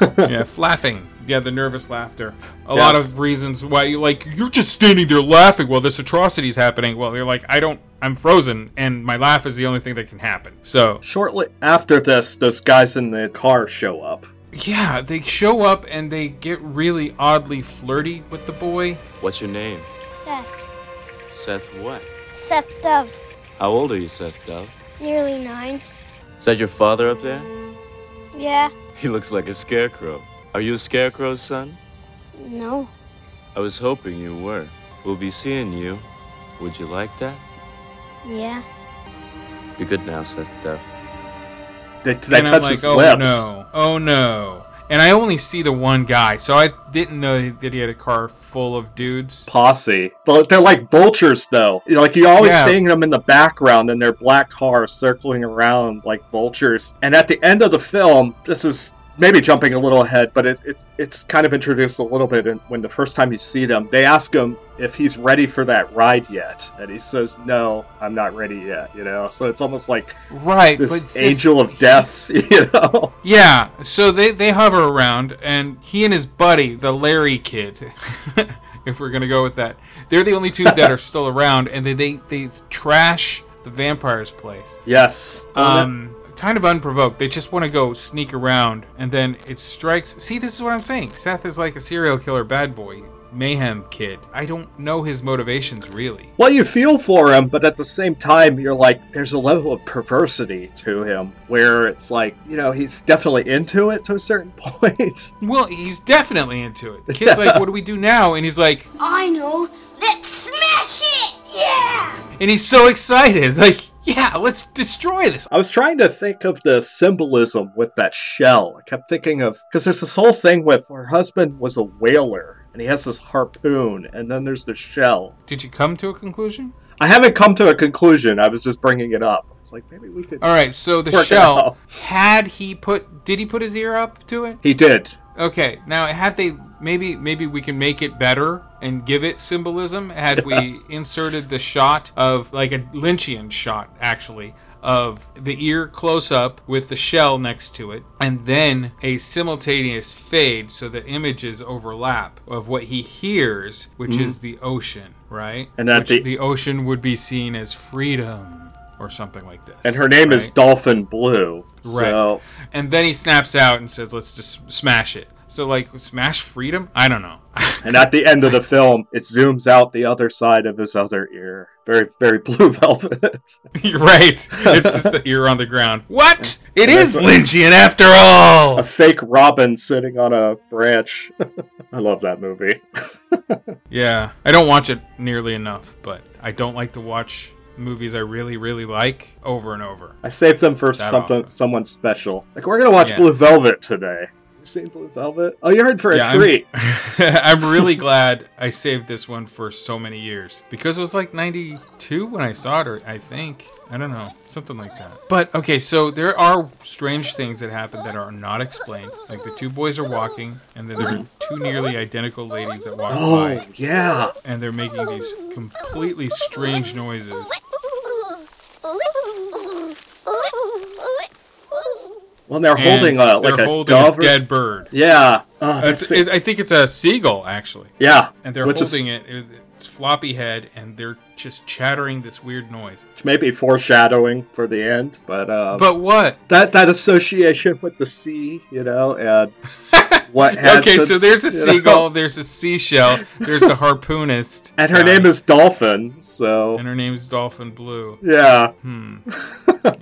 Speaker 3: yeah, flapping. Yeah, the nervous laughter. A lot
Speaker 4: Yes.
Speaker 3: of reasons why you like you're just standing there laughing while this atrocity is happening. Well, you're like I don't. I'm frozen, and my laugh is the only thing that can happen. So
Speaker 4: Shortly after this, those guys in the car show up.
Speaker 3: yeah, they show up and they get really oddly flirty with the boy.
Speaker 7: What's your name?
Speaker 5: Seth.
Speaker 7: Seth what?
Speaker 5: Seth Dove.
Speaker 7: How old are you, Seth Dove?
Speaker 5: Nearly nine.
Speaker 7: Is that your father up there?
Speaker 5: Yeah.
Speaker 7: He looks like a scarecrow. Are you a scarecrow, son?
Speaker 5: No.
Speaker 7: I was hoping you were. We'll be seeing you. Would you like that?
Speaker 5: Yeah.
Speaker 7: Be good now, Seth Dove.
Speaker 4: They, they
Speaker 3: and
Speaker 4: touch
Speaker 3: I'm like,
Speaker 4: his
Speaker 3: oh
Speaker 4: lips.
Speaker 3: no, oh no. And I only see the one guy, so I didn't know that he had a car full of dudes.
Speaker 4: Posse. But they're like vultures, though. You know, Like you're always
Speaker 3: Yeah.
Speaker 4: seeing them in the background in their black car circling around like vultures. And at the end of the film, this is maybe jumping a little ahead, but it, it's it's kind of introduced a little bit. And when the first time you see them, they ask him if he's ready for that ride yet, and he says, "No, I'm not ready yet." You know, so it's almost like
Speaker 3: Right,
Speaker 4: this
Speaker 3: but
Speaker 4: angel of death. You know,
Speaker 3: Yeah, so they, they hover around, and he and his buddy, the Larry kid, if we're gonna go with that, they're the only two that are still around, and they they, they trash the vampire's place.
Speaker 4: yes.
Speaker 3: Um, kind of unprovoked. They just want to go sneak around, and then it strikes. See, this is what I'm saying. Seth is like a serial killer bad boy, mayhem kid. I don't know his motivations really.
Speaker 4: well, you feel for him, but at the same time, you're like, there's a level of perversity to him where it's like, you know, he's definitely into it to a certain point.
Speaker 3: Well, he's definitely into it. Kid's like, what do we do now? And he's like,
Speaker 5: I know. Let's smash it! Yeah!
Speaker 3: and he's so excited. Like, yeah, let's destroy this.
Speaker 4: I was trying to think of the symbolism with that shell. I kept thinking of, because there's this whole thing with her husband was a whaler and he has this harpoon, and then there's the shell.
Speaker 3: Did you come to a conclusion?
Speaker 4: I haven't come to a conclusion. I was just bringing it up. It's like, maybe we could.
Speaker 3: All right, so the
Speaker 4: Work it
Speaker 3: shell
Speaker 4: out.
Speaker 3: had he put did he put his ear up to it?
Speaker 4: He did.
Speaker 3: Okay, now had they maybe maybe we can make it better and give it symbolism had
Speaker 4: Yes.
Speaker 3: we inserted the shot of like a Lynchian shot actually of the ear close up with the shell next to it and then a simultaneous fade so the images overlap of what he hears which
Speaker 4: Mhm.
Speaker 3: is the ocean right
Speaker 4: And that
Speaker 3: Which
Speaker 4: the-
Speaker 3: the ocean would be seen as freedom or something like this
Speaker 4: And her name is
Speaker 3: right?
Speaker 4: Dolphin Blue. So
Speaker 3: And then he snaps out and says, "Let's just smash it." So like, smash freedom? I don't know.
Speaker 4: and at the end of the film, it zooms out the other side of his other ear. Very, very blue velvet.
Speaker 3: You're right. It's just the ear on the ground. What? It is Lynchian after
Speaker 4: A
Speaker 3: all.
Speaker 4: fake robin sitting on a branch. I love that movie.
Speaker 3: Yeah, I don't watch it nearly enough, but I don't like to watch movies I really, really like over and over.
Speaker 4: I saved them for
Speaker 3: That
Speaker 4: something, someone special. Like we're gonna watch
Speaker 3: Yeah.
Speaker 4: Blue Velvet today. You seen Blue Velvet? Oh, you heard for a
Speaker 3: Yeah, I'm-
Speaker 4: treat.
Speaker 3: I'm really glad I saved this one for so many years because it was like 92 when I saw it, or I think. I don't know. Something like that. But okay, so there are strange things that happen that are not explained. Like the two boys are walking, and then there are two nearly identical ladies that walk
Speaker 4: Oh,
Speaker 3: by.
Speaker 4: yeah.
Speaker 3: And they're making these completely strange noises.
Speaker 4: When they're
Speaker 3: And
Speaker 4: holding a like
Speaker 3: they're
Speaker 4: a
Speaker 3: holding
Speaker 4: dove or
Speaker 3: dead
Speaker 4: s-
Speaker 3: bird.
Speaker 4: Yeah, Ah,
Speaker 3: It's-
Speaker 4: that's-
Speaker 3: it- I think it's a seagull actually.
Speaker 4: Yeah,
Speaker 3: and they're
Speaker 4: which is-
Speaker 3: holding it. it- It's floppy head, and they're just chattering this weird noise.
Speaker 4: which may be foreshadowing for the end, but um,
Speaker 3: But what?
Speaker 4: that that association with the sea, you know, and what?
Speaker 3: okay, so
Speaker 4: happens,
Speaker 3: there's a
Speaker 4: you know?
Speaker 3: seagull, there's a seashell, there's a harpoonist,
Speaker 4: and her name is Dolphin. So
Speaker 3: and her name's Dolphin Blue.
Speaker 4: yeah,
Speaker 3: Hmm.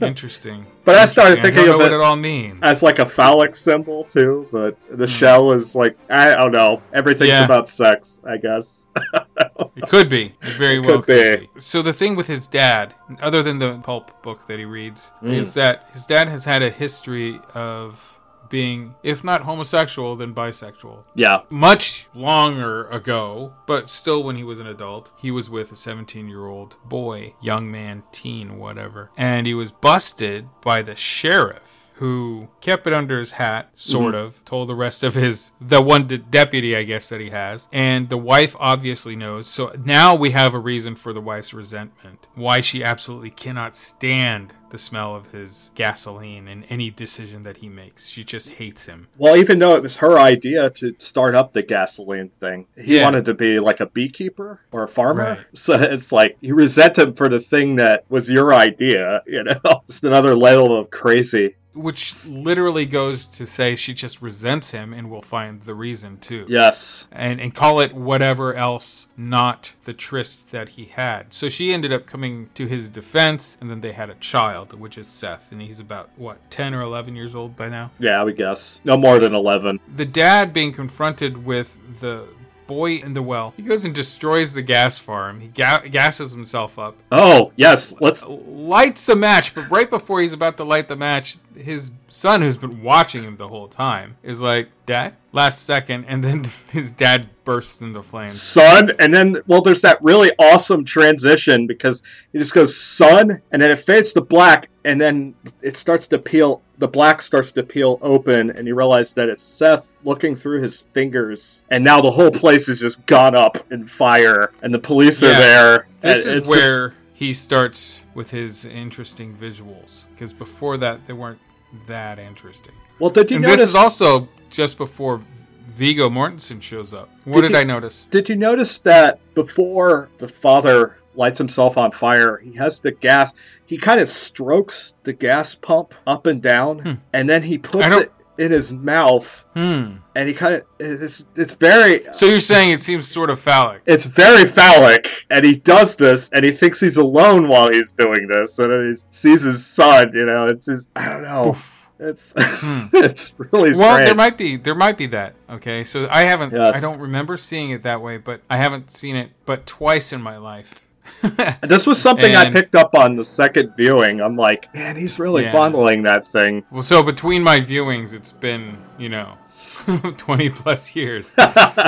Speaker 3: Interesting.
Speaker 4: But I started
Speaker 3: Interesting.
Speaker 4: thinking
Speaker 3: I don't
Speaker 4: of
Speaker 3: know
Speaker 4: it-
Speaker 3: what it all means.
Speaker 4: as like a phallic symbol too, but the shell is like I don't know. Everything's
Speaker 3: Hmm. Yeah.
Speaker 4: about sex, I guess.
Speaker 3: It could be. It very
Speaker 4: It
Speaker 3: well
Speaker 4: could be.
Speaker 3: could be. So the thing with his dad, other than the pulp book that he reads,
Speaker 4: Mm.
Speaker 3: is that his dad has had a history of being, if not homosexual, then bisexual.
Speaker 4: Yeah.
Speaker 3: Much longer ago, but still when he was an adult, he was with a 17 year old boy, young man, teen, whatever. And he was busted by the sheriff. Who kept it under his hat, sort
Speaker 4: Mhm.
Speaker 3: of, told the rest of his, the one de- deputy, I guess, that he has. And the wife obviously knows. So now we have a reason for the wife's resentment. Why she absolutely cannot stand the smell of his gasoline and any decision that he makes. She just hates him.
Speaker 4: Well, even though it was her idea to start up the gasoline thing, he
Speaker 3: Yeah.
Speaker 4: wanted to be like a beekeeper or a farmer.
Speaker 3: Right.
Speaker 4: So it's like you resent him for the thing that was your idea, you know? It's another level of crazy.
Speaker 3: which literally goes to say she just resents him and will find the reason too.
Speaker 4: Yes.
Speaker 3: And and call it whatever else not the tryst that he had. So she ended up coming to his defense and then they had a child, which is Seth, and he's about what, 10 or 11 years old by now.
Speaker 4: Yeah, I would guess. No more than 11.
Speaker 3: The dad being confronted with the boy in the well. He goes and destroys the gas farm. He ga- gasses himself up
Speaker 4: Oh, yes. Let's.
Speaker 3: lights the match, but right before he's about to light the match, his son, who's been watching him the whole time, is like, Dad? Last second, and then his dad bursts into flames.
Speaker 4: Son, and then well, there's that really awesome transition because it just goes sun, and then it fades to black, and then it starts to peel. The black starts to peel open, and you realize that it's Seth looking through his fingers, and now the whole place is just gone up in fire, and the police are
Speaker 3: Yeah.
Speaker 4: there.
Speaker 3: This
Speaker 4: and
Speaker 3: is
Speaker 4: it's just-
Speaker 3: where he starts with his interesting visuals, because before that, they weren't that interesting.
Speaker 4: well, did you
Speaker 3: and
Speaker 4: notice?
Speaker 3: this is also just before Vigo Mortensen shows up. What
Speaker 4: Did
Speaker 3: did,
Speaker 4: you-
Speaker 3: I notice?
Speaker 4: Did you notice that before the father lights himself on fire, he has the gas. He kind of strokes the gas pump up and down, and then he puts
Speaker 3: Hmm. don't-
Speaker 4: it in his mouth,
Speaker 3: Hmm.
Speaker 4: and he kind of it's it's very
Speaker 3: So you're saying it seems sort of phallic.
Speaker 4: it's very phallic. And he does this, and he thinks he's alone while he's doing this, and then he sees his son. You know, it's just I don't know.
Speaker 3: Oof.
Speaker 4: It's
Speaker 3: Hmm.
Speaker 4: it's really
Speaker 3: well
Speaker 4: strange.
Speaker 3: there might be there might be that okay so i haven't
Speaker 4: Yes.
Speaker 3: i don't remember seeing it that way but i haven't seen it but twice in my life
Speaker 4: And this was something I
Speaker 3: And-
Speaker 4: picked up on the second viewing. I'm like, man, he's really
Speaker 3: Yeah.
Speaker 4: fondling that thing.
Speaker 3: well so between my viewings it's been you know 20 plus years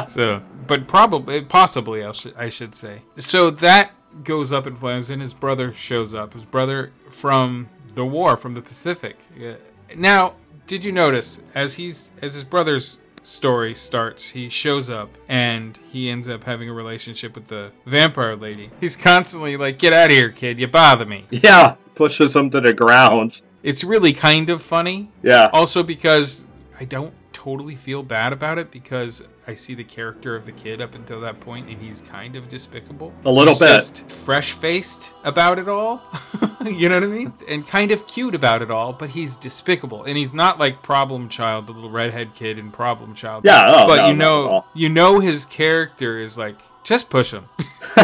Speaker 3: so but probably possibly I should, I should say so that goes up in flames and his brother shows up his brother from the war from the pacific Yeah. now did you notice as he's as his brother's story starts he shows up and he ends up having a relationship with the vampire lady he's constantly like get out of here kid you bother me
Speaker 4: Yeah, pushes him to the ground.
Speaker 3: it's really kind of funny
Speaker 4: Yeah.
Speaker 3: also because I don't totally feel bad about it because I see the character of the kid up until that point and he's kind of despicable.
Speaker 4: A little
Speaker 3: He's
Speaker 4: bit.
Speaker 3: Just fresh faced about it all. you know what I mean? And kind of cute about it all, but he's despicable. And he's not like Problem Child, the little redhead kid in Problem Child.
Speaker 4: Yeah, oh,
Speaker 3: but
Speaker 4: no,
Speaker 3: you
Speaker 4: not at
Speaker 3: know,
Speaker 4: all.
Speaker 3: you know, his character is like just push him.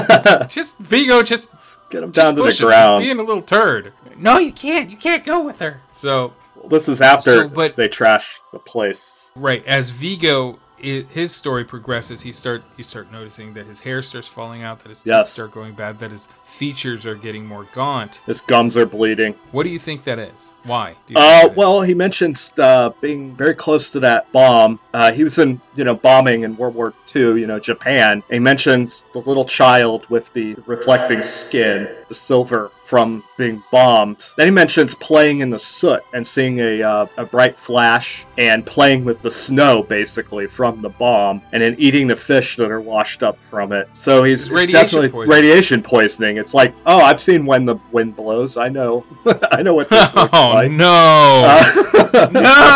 Speaker 3: just Vigo, just
Speaker 4: get him
Speaker 3: just
Speaker 4: down to the
Speaker 3: push him.
Speaker 4: ground.
Speaker 3: He's Being a little turd. No, you can't. You can't go with her. So
Speaker 4: This is after
Speaker 3: So, but-
Speaker 4: they trash the place.
Speaker 3: Right. As Vigo, i his story progresses, he start you start noticing that his hair starts falling out, that his teeth
Speaker 4: Yes.
Speaker 3: start going bad, that his features are getting more gaunt.
Speaker 4: His gums are bleeding.
Speaker 3: What do you think that is? Why? Do you
Speaker 4: Uh, well, he mentions uh, being very close to that bomb. Uh, he was in, you know, bombing in World War II, you know, Japan. He mentions the little child with the reflecting skin, the silver from being bombed. Then he mentions playing in the soot and seeing a, uh, a bright flash and playing with the snow, basically, from the bomb, and then eating the fish that are washed up from it. So he's,
Speaker 3: It's
Speaker 4: it's
Speaker 3: radiation
Speaker 4: definitely
Speaker 3: poisoning.
Speaker 4: radiation poisoning. It's like, oh, I've seen when the wind blows. I know, I know what this looks
Speaker 3: Oh
Speaker 4: like.
Speaker 3: no!
Speaker 4: Uh,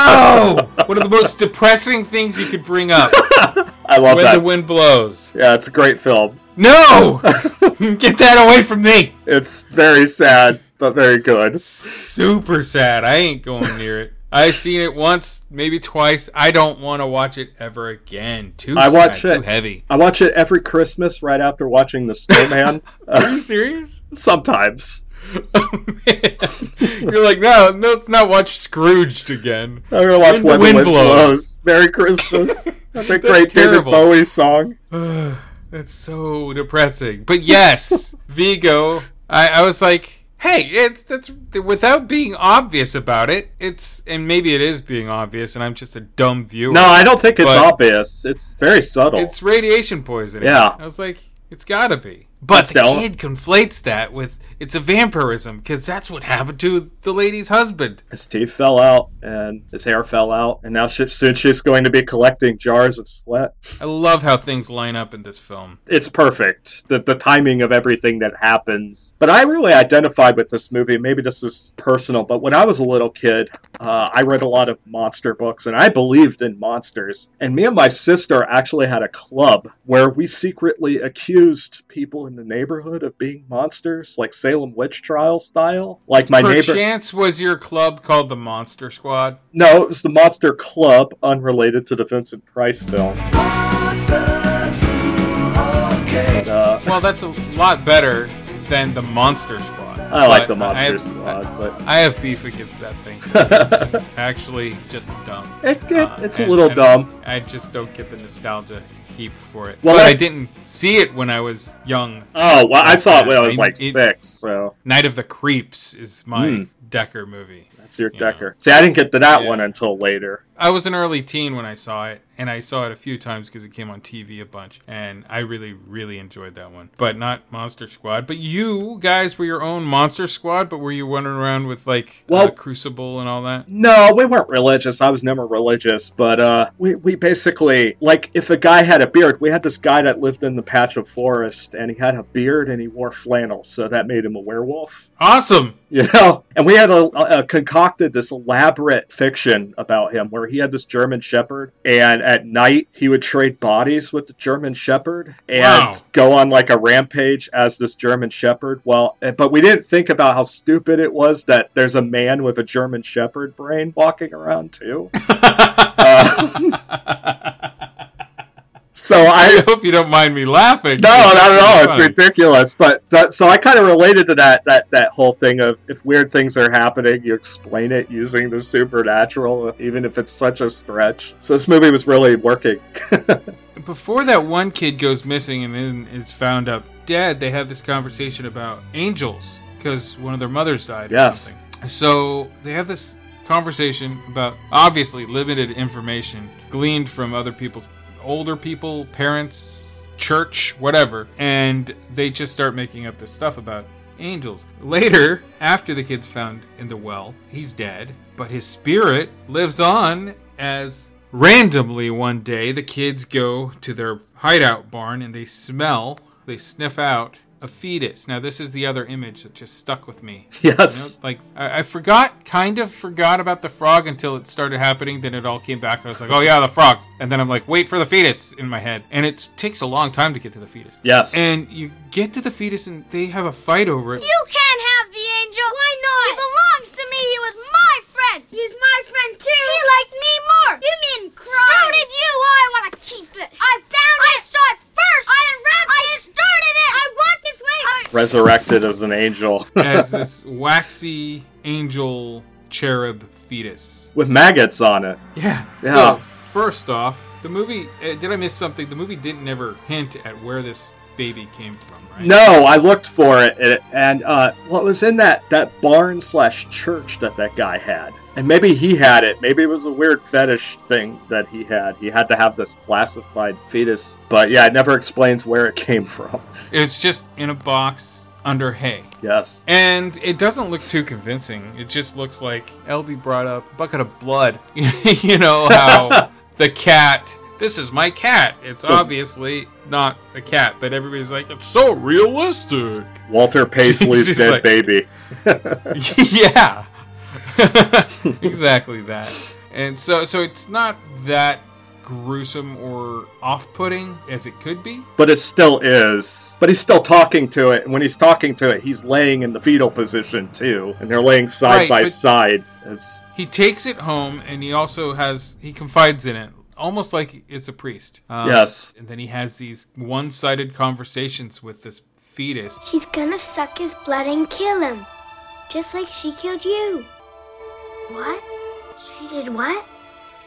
Speaker 3: no! One of the most depressing things you could bring up.
Speaker 4: I love
Speaker 3: when
Speaker 4: that.
Speaker 3: the wind blows.
Speaker 4: yeah, it's a great film.
Speaker 3: No! Get that away from me!
Speaker 4: It's very sad, but very good.
Speaker 3: Super sad. I ain't going near it. I've seen it once, maybe twice. I don't want to watch it ever again. Too
Speaker 4: I
Speaker 3: sad,
Speaker 4: watch
Speaker 3: too
Speaker 4: it.
Speaker 3: heavy.
Speaker 4: I watch it every Christmas right after watching The Snowman.
Speaker 3: Are
Speaker 4: Uh,
Speaker 3: you serious? Oh,
Speaker 4: sometimes.
Speaker 3: You're like, no, no, let's not watch Scrooged again.
Speaker 4: I'm gonna watch
Speaker 3: When
Speaker 4: When,
Speaker 3: the
Speaker 4: the
Speaker 3: Wind
Speaker 4: Wind
Speaker 3: Blows.
Speaker 4: blows. Merry Christmas. That's a
Speaker 3: That's
Speaker 4: great
Speaker 3: terrible.
Speaker 4: David Bowie song.
Speaker 3: That's so depressing. But yes, Vigo. I, I was like, hey, it's that's without being obvious about it. It's and maybe it is being obvious, and I'm just a dumb viewer.
Speaker 4: No, I don't think it's
Speaker 3: But
Speaker 4: obvious. It's very subtle.
Speaker 3: It's radiation poisoning.
Speaker 4: Yeah.
Speaker 3: I was like, it's gotta be. But the
Speaker 4: Don't-
Speaker 3: kid conflates that with it's a vampirism because that's what happened to the lady's husband.
Speaker 4: his teeth fell out and his hair fell out, and now she, soon she's going to be collecting jars of sweat.
Speaker 3: I love how things line up in this film.
Speaker 4: it's perfect the, the timing of everything that happens but i really identified with this movie maybe this is personal but when i was a little kid uh, i read a lot of monster books and i believed in monsters and me and my sister actually had a club where we secretly accused people in the neighborhood of being monsters like salem witch trial style like my neighbor
Speaker 3: Perchance was your club called the Monster Squad.
Speaker 4: no it was the monster club unrelated to the vincent price film But, uh,
Speaker 3: Well, that's a lot better than the Monster Squad.
Speaker 4: i like
Speaker 3: But
Speaker 4: the
Speaker 3: I
Speaker 4: monster
Speaker 3: have,
Speaker 4: squad but
Speaker 3: I have beef against that thing. It's just actually just dumb. Uh,
Speaker 4: It- it- it's a
Speaker 3: and-
Speaker 4: little
Speaker 3: and
Speaker 4: dumb.
Speaker 3: I just don't get the nostalgia heap for it.
Speaker 4: Well,
Speaker 3: but
Speaker 4: that-
Speaker 3: I didn't see it when I was young.
Speaker 4: Oh, well, I saw it when I
Speaker 3: Yeah,
Speaker 4: was like
Speaker 3: it-
Speaker 4: six, so
Speaker 3: Night of the Creeps is my
Speaker 4: Hmm.
Speaker 3: Decker movie.
Speaker 4: that's your Decker. See, I didn't get to that
Speaker 3: Yeah.
Speaker 4: one until later.
Speaker 3: I was an early teen when I saw it, and I saw it a few times because it came on TV a bunch, and I really, really enjoyed that one. But not Monster Squad. But you guys were your own Monster Squad, but were you running around with like uh,
Speaker 4: Well-
Speaker 3: Crucible and all that?
Speaker 4: No, we weren't religious. I was never religious, but uh, we, we basically, like, if a guy had a beard, we had this guy that lived in the patch of forest, and he had a beard and he wore flannel, so that made him a werewolf.
Speaker 3: Awesome.
Speaker 4: you know and we had a, a concocted this elaborate fiction about him where he had this german shepherd and at night he would trade bodies with the german shepherd and
Speaker 3: Wow.
Speaker 4: go on like a rampage as this german shepherd well eh, but we didn't think about how stupid it was that there's a man with a german shepherd brain walking around too Uh, so i
Speaker 3: I hope you don't mind me laughing.
Speaker 4: no, not at all. It's
Speaker 3: Funny.
Speaker 4: ridiculous. But so, so I kind of related to that that that whole thing of if weird things are happening, you explain it using the supernatural, even if it's such a stretch. So this movie was really working.
Speaker 3: Before that one kid goes missing and then is found up dead, they have this conversation about angels because one of their mothers died. Or
Speaker 4: Yes.
Speaker 3: something. So they have this conversation about obviously limited information gleaned from other people's older people, parents, church, whatever, and they just start making up this stuff about angels. Later, after the kid's found in the well, he's dead, but his spirit lives on as randomly one day the kids go to their hideout barn and they smell, they sniff out a fetus. Now, this is the other image that just stuck with me.
Speaker 4: Yes.
Speaker 3: You know, like I, I forgot, kind of forgot about the frog until it started happening. Then it all came back. I was like, oh yeah, the frog. And then I'm like, wait for the fetus in my head. And it takes a long time to get to the fetus.
Speaker 4: Yes.
Speaker 3: And you get to the fetus and they have a fight over it.
Speaker 5: You can't have the angel. Oh,
Speaker 4: resurrected as an angel.
Speaker 3: as this waxy angel cherub fetus.
Speaker 4: With maggots on it.
Speaker 3: Yeah.
Speaker 4: Yeah.
Speaker 3: So, first off, the movie. Uh, did I miss something? The movie didn't ever hint at where this baby came from, right?
Speaker 4: No, I looked for it, and, and uh, what was in that that barn slash church that that guy had, and maybe he had it. Maybe it was a weird fetish thing that he had. He had to have this plastified fetus, but yeah, it never explains where it came from.
Speaker 3: It's just in a box under hay.
Speaker 4: Yes.
Speaker 3: And it doesn't look too convincing. It just looks like LB brought up bucket of blood. you know how the cat. This is my cat. It's
Speaker 4: So-
Speaker 3: obviously not a cat, but everybody's like, it's so realistic.
Speaker 4: Walter Paisley's
Speaker 3: She's
Speaker 4: dead
Speaker 3: like-
Speaker 4: baby.
Speaker 3: yeah. exactly that. And so so it's not that gruesome or off-putting as it could be.
Speaker 4: But it still is. But he's still talking to it, and when he's talking to it, he's laying in the fetal position too, and they're laying side
Speaker 3: Right,
Speaker 4: by
Speaker 3: but-
Speaker 4: side. It's
Speaker 3: He takes it home and he also has he confides in it almost like it's a priest. Um,
Speaker 4: Yes.
Speaker 3: And then he has these one-sided conversations with this fetus.
Speaker 5: She's gonna suck his blood and kill him. Just like she killed you. What? She did what?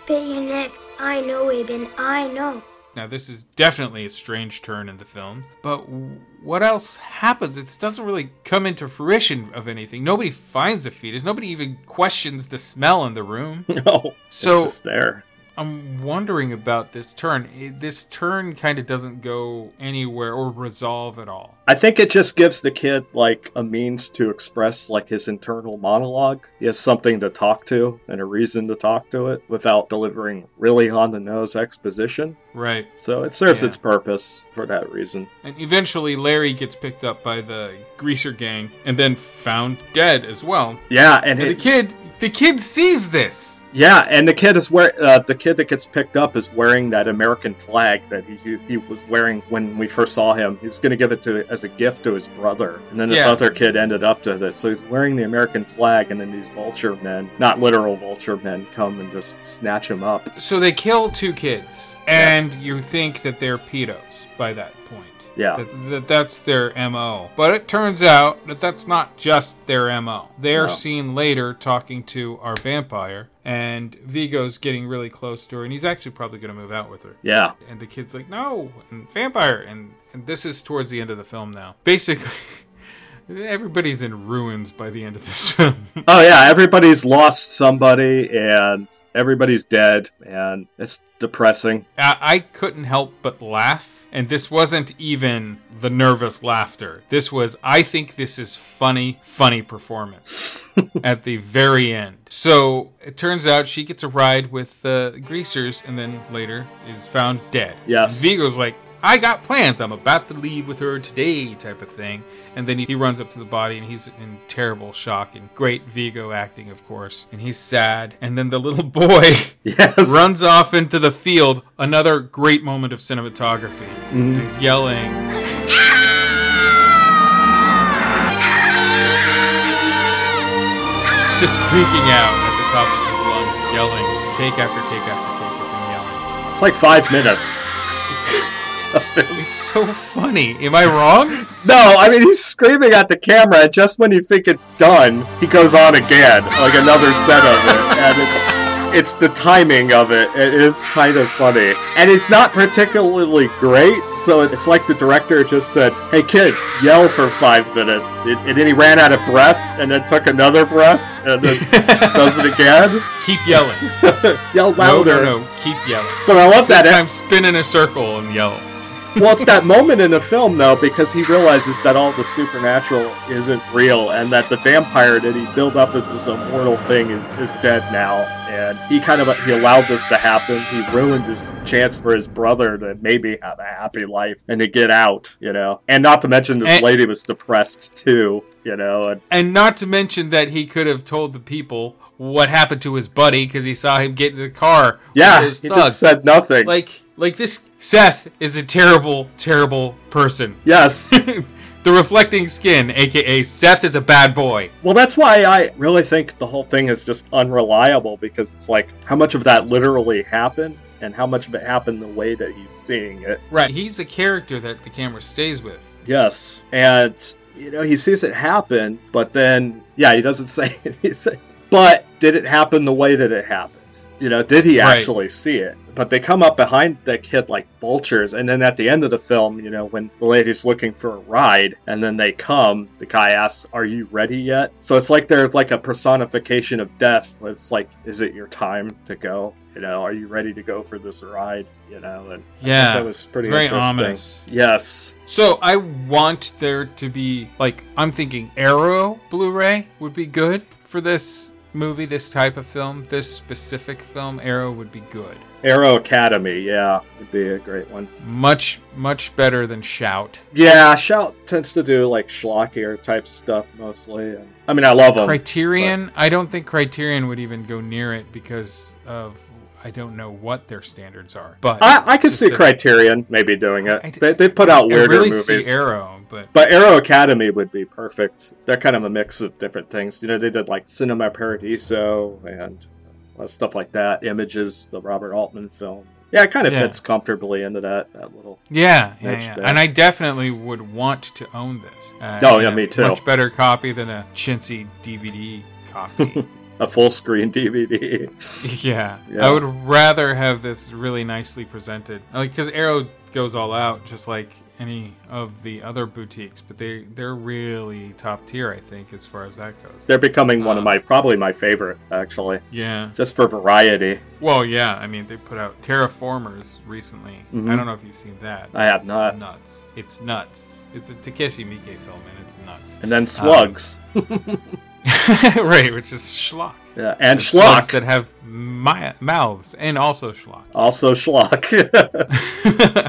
Speaker 5: Bit your neck. I know, Aben. I know.
Speaker 3: Now this is definitely a strange turn in the film, but w- what else happens? It doesn't really come into fruition of anything. Nobody finds a fetus. Nobody even questions the smell in the room.
Speaker 4: no.
Speaker 3: So-
Speaker 4: it's just there.
Speaker 3: I'm wondering about this turn. It, this turn kind of doesn't go anywhere or resolve at all.
Speaker 4: I think it just gives the kid like a means to express like his internal monologue. He has something to talk to and a reason to talk to it without delivering really on the nose exposition.
Speaker 3: Right.
Speaker 4: So it serves
Speaker 3: Yeah.
Speaker 4: its purpose for that reason.
Speaker 3: And eventually, Larry gets picked up by the greaser gang and then found dead as well.
Speaker 4: Yeah, and,
Speaker 3: And the
Speaker 4: it,
Speaker 3: kid, the kid sees this.
Speaker 4: yeah, and the kid is where uh, the kid that gets picked up is wearing that American flag that he- he he was wearing when we first saw him. He was going to give it to as a gift to his brother, and then this
Speaker 3: Yeah.
Speaker 4: other kid ended up with it. So he's wearing the American flag, and then these vulture men, not literal vulture men, come and just snatch him up.
Speaker 3: So they kill two kids, and you think that they're pedos by that point.
Speaker 4: Yeah.
Speaker 3: That, that that's their MO. But it turns out that that's not just their MO. They're
Speaker 4: No.
Speaker 3: seen later talking to our vampire, and Vigo's getting really close to her, and he's actually probably going to move out with her.
Speaker 4: Yeah.
Speaker 3: And the kid's like, no, and vampire. And, and this is towards the end of the film now. Basically, everybody's in ruins by the end of this film.
Speaker 4: Oh yeah, everybody's lost somebody and everybody's dead and it's depressing.
Speaker 3: I, I couldn't help but laugh. And this wasn't even the nervous laughter. This was, I think this is funny, funny performance at the very end. So it turns out she gets a ride with the greasers and then later is found dead.
Speaker 4: Yes.
Speaker 3: Vigo's like, I got plans. I'm about to leave with her today, type of thing. And then he, he runs up to the body and he's in terrible shock and great Vigo acting, of course. And he's sad. And then the little boy
Speaker 4: Yes.
Speaker 3: runs off into the field. Another great moment of cinematography.
Speaker 4: Mhm.
Speaker 3: And He's yelling. Just freaking out at the top of his lungs, yelling, take after take after take of him yelling.
Speaker 4: It's like five minutes.
Speaker 3: It's so funny. Am I wrong?
Speaker 4: No, I mean he's screaming at the camera and just when you think it's done, he goes on again. Like another set of it. And it's it's the timing of it. It is kind of funny. And it's not particularly great, so it's like the director just said, Hey kid, yell for five minutes. And and then he ran out of breath and then took another breath and then does it again.
Speaker 3: Keep yelling.
Speaker 4: Yell
Speaker 3: No,
Speaker 4: louder.
Speaker 3: no, no. Keep yelling.
Speaker 4: But I love
Speaker 3: This
Speaker 4: that. e-
Speaker 3: time spin in a circle and yell.
Speaker 4: well, it's that moment in the film though, because he realizes that all the supernatural isn't real, and that the vampire that he built up as this immortal thing is is dead now. And he kind of he allowed this to happen. He ruined his chance for his brother to maybe have a happy life and to get out, you know. And not to mention this
Speaker 3: And-
Speaker 4: lady was depressed too, you know. And
Speaker 3: And not to mention that he could have told the people what happened to his buddy because he saw him get in the car.
Speaker 4: yeah,
Speaker 3: with those
Speaker 4: he
Speaker 3: thugs.
Speaker 4: just said nothing.
Speaker 3: like, like this. Seth is a terrible, terrible person.
Speaker 4: yes.
Speaker 3: the reflecting skin, aka Seth, is a bad boy.
Speaker 4: Well, that's why I really think the whole thing is just unreliable because it's like how much of that literally happened and how much of it happened the way that he's seeing it.
Speaker 3: Right. He's a character that the camera stays with.
Speaker 4: Yes. And you know, he sees it happen, but then, yeah, he doesn't say anything. But did it happen the way that it happened? You know, did he
Speaker 13: Right.
Speaker 4: actually see it? But they come up behind the kid like vultures, and then at the end of the film, you know, when the lady's looking for a ride, and then they come, the guy asks, "Are you ready yet?" So it's like they're like a personification of death. It's like, is it your time to go? You know, are you ready to go for this ride? You know, and I thought
Speaker 3: Yeah,
Speaker 4: that was pretty
Speaker 3: very
Speaker 4: interesting.
Speaker 3: ominous.
Speaker 4: Yes,
Speaker 3: So I want there to be like I'm thinking Arrow Blu-ray would be good for this movie, this type of film, this specific film. Arrow would be good,
Speaker 4: Arrow Academy, yeah, would be a great one.
Speaker 3: much much better than Shout.
Speaker 4: Yeah, Shout tends to do like schlockier type stuff mostly. And, I mean, I love them.
Speaker 3: Criterion. I don't think Criterion would even go near it because of I don't know what their standards are. But
Speaker 4: I, I could
Speaker 3: just
Speaker 4: see
Speaker 3: the-
Speaker 4: Criterion maybe doing it. They, they've put out
Speaker 3: I
Speaker 4: weirder
Speaker 3: really see
Speaker 4: movies.
Speaker 3: Arrow, but-
Speaker 4: Arrow Academy would be perfect. They're kind of a mix of different things. You know, they did like Cinema Paradiso and uh, stuff like that. Images, the Robert Altman film. Yeah, it kind of
Speaker 3: Yeah.
Speaker 4: fits comfortably into that that little.
Speaker 3: Yeah, yeah,
Speaker 4: niche
Speaker 3: yeah.
Speaker 4: there.
Speaker 3: and I definitely would want to own this. Uh,
Speaker 4: Oh,
Speaker 3: in
Speaker 4: yeah,
Speaker 3: a
Speaker 4: me too.
Speaker 3: Much better copy than a chintzy DVD copy.
Speaker 4: a full screen DVD.
Speaker 3: yeah. I would rather have this really nicely presented. Like because Arrow goes all out, just like any of the other boutiques, but they they're really top tier, I think, as far as that goes.
Speaker 4: They're becoming one of my probably my favorite actually.
Speaker 3: Yeah.
Speaker 4: Just for variety.
Speaker 3: Well, yeah. I mean, they put out Terraformers recently.
Speaker 4: Mhm.
Speaker 3: I don't know if you've seen that.
Speaker 4: I have
Speaker 3: It's
Speaker 4: not.
Speaker 3: Nuts. It's nuts. It's a Takeshi Miike film, and it's nuts.
Speaker 4: And then
Speaker 3: Um,
Speaker 4: slugs.
Speaker 3: right, which is schlock.
Speaker 4: Yeah, and
Speaker 3: There's slugs
Speaker 4: schlock.
Speaker 3: that have my- mouths, and also schlock.
Speaker 4: also schlock.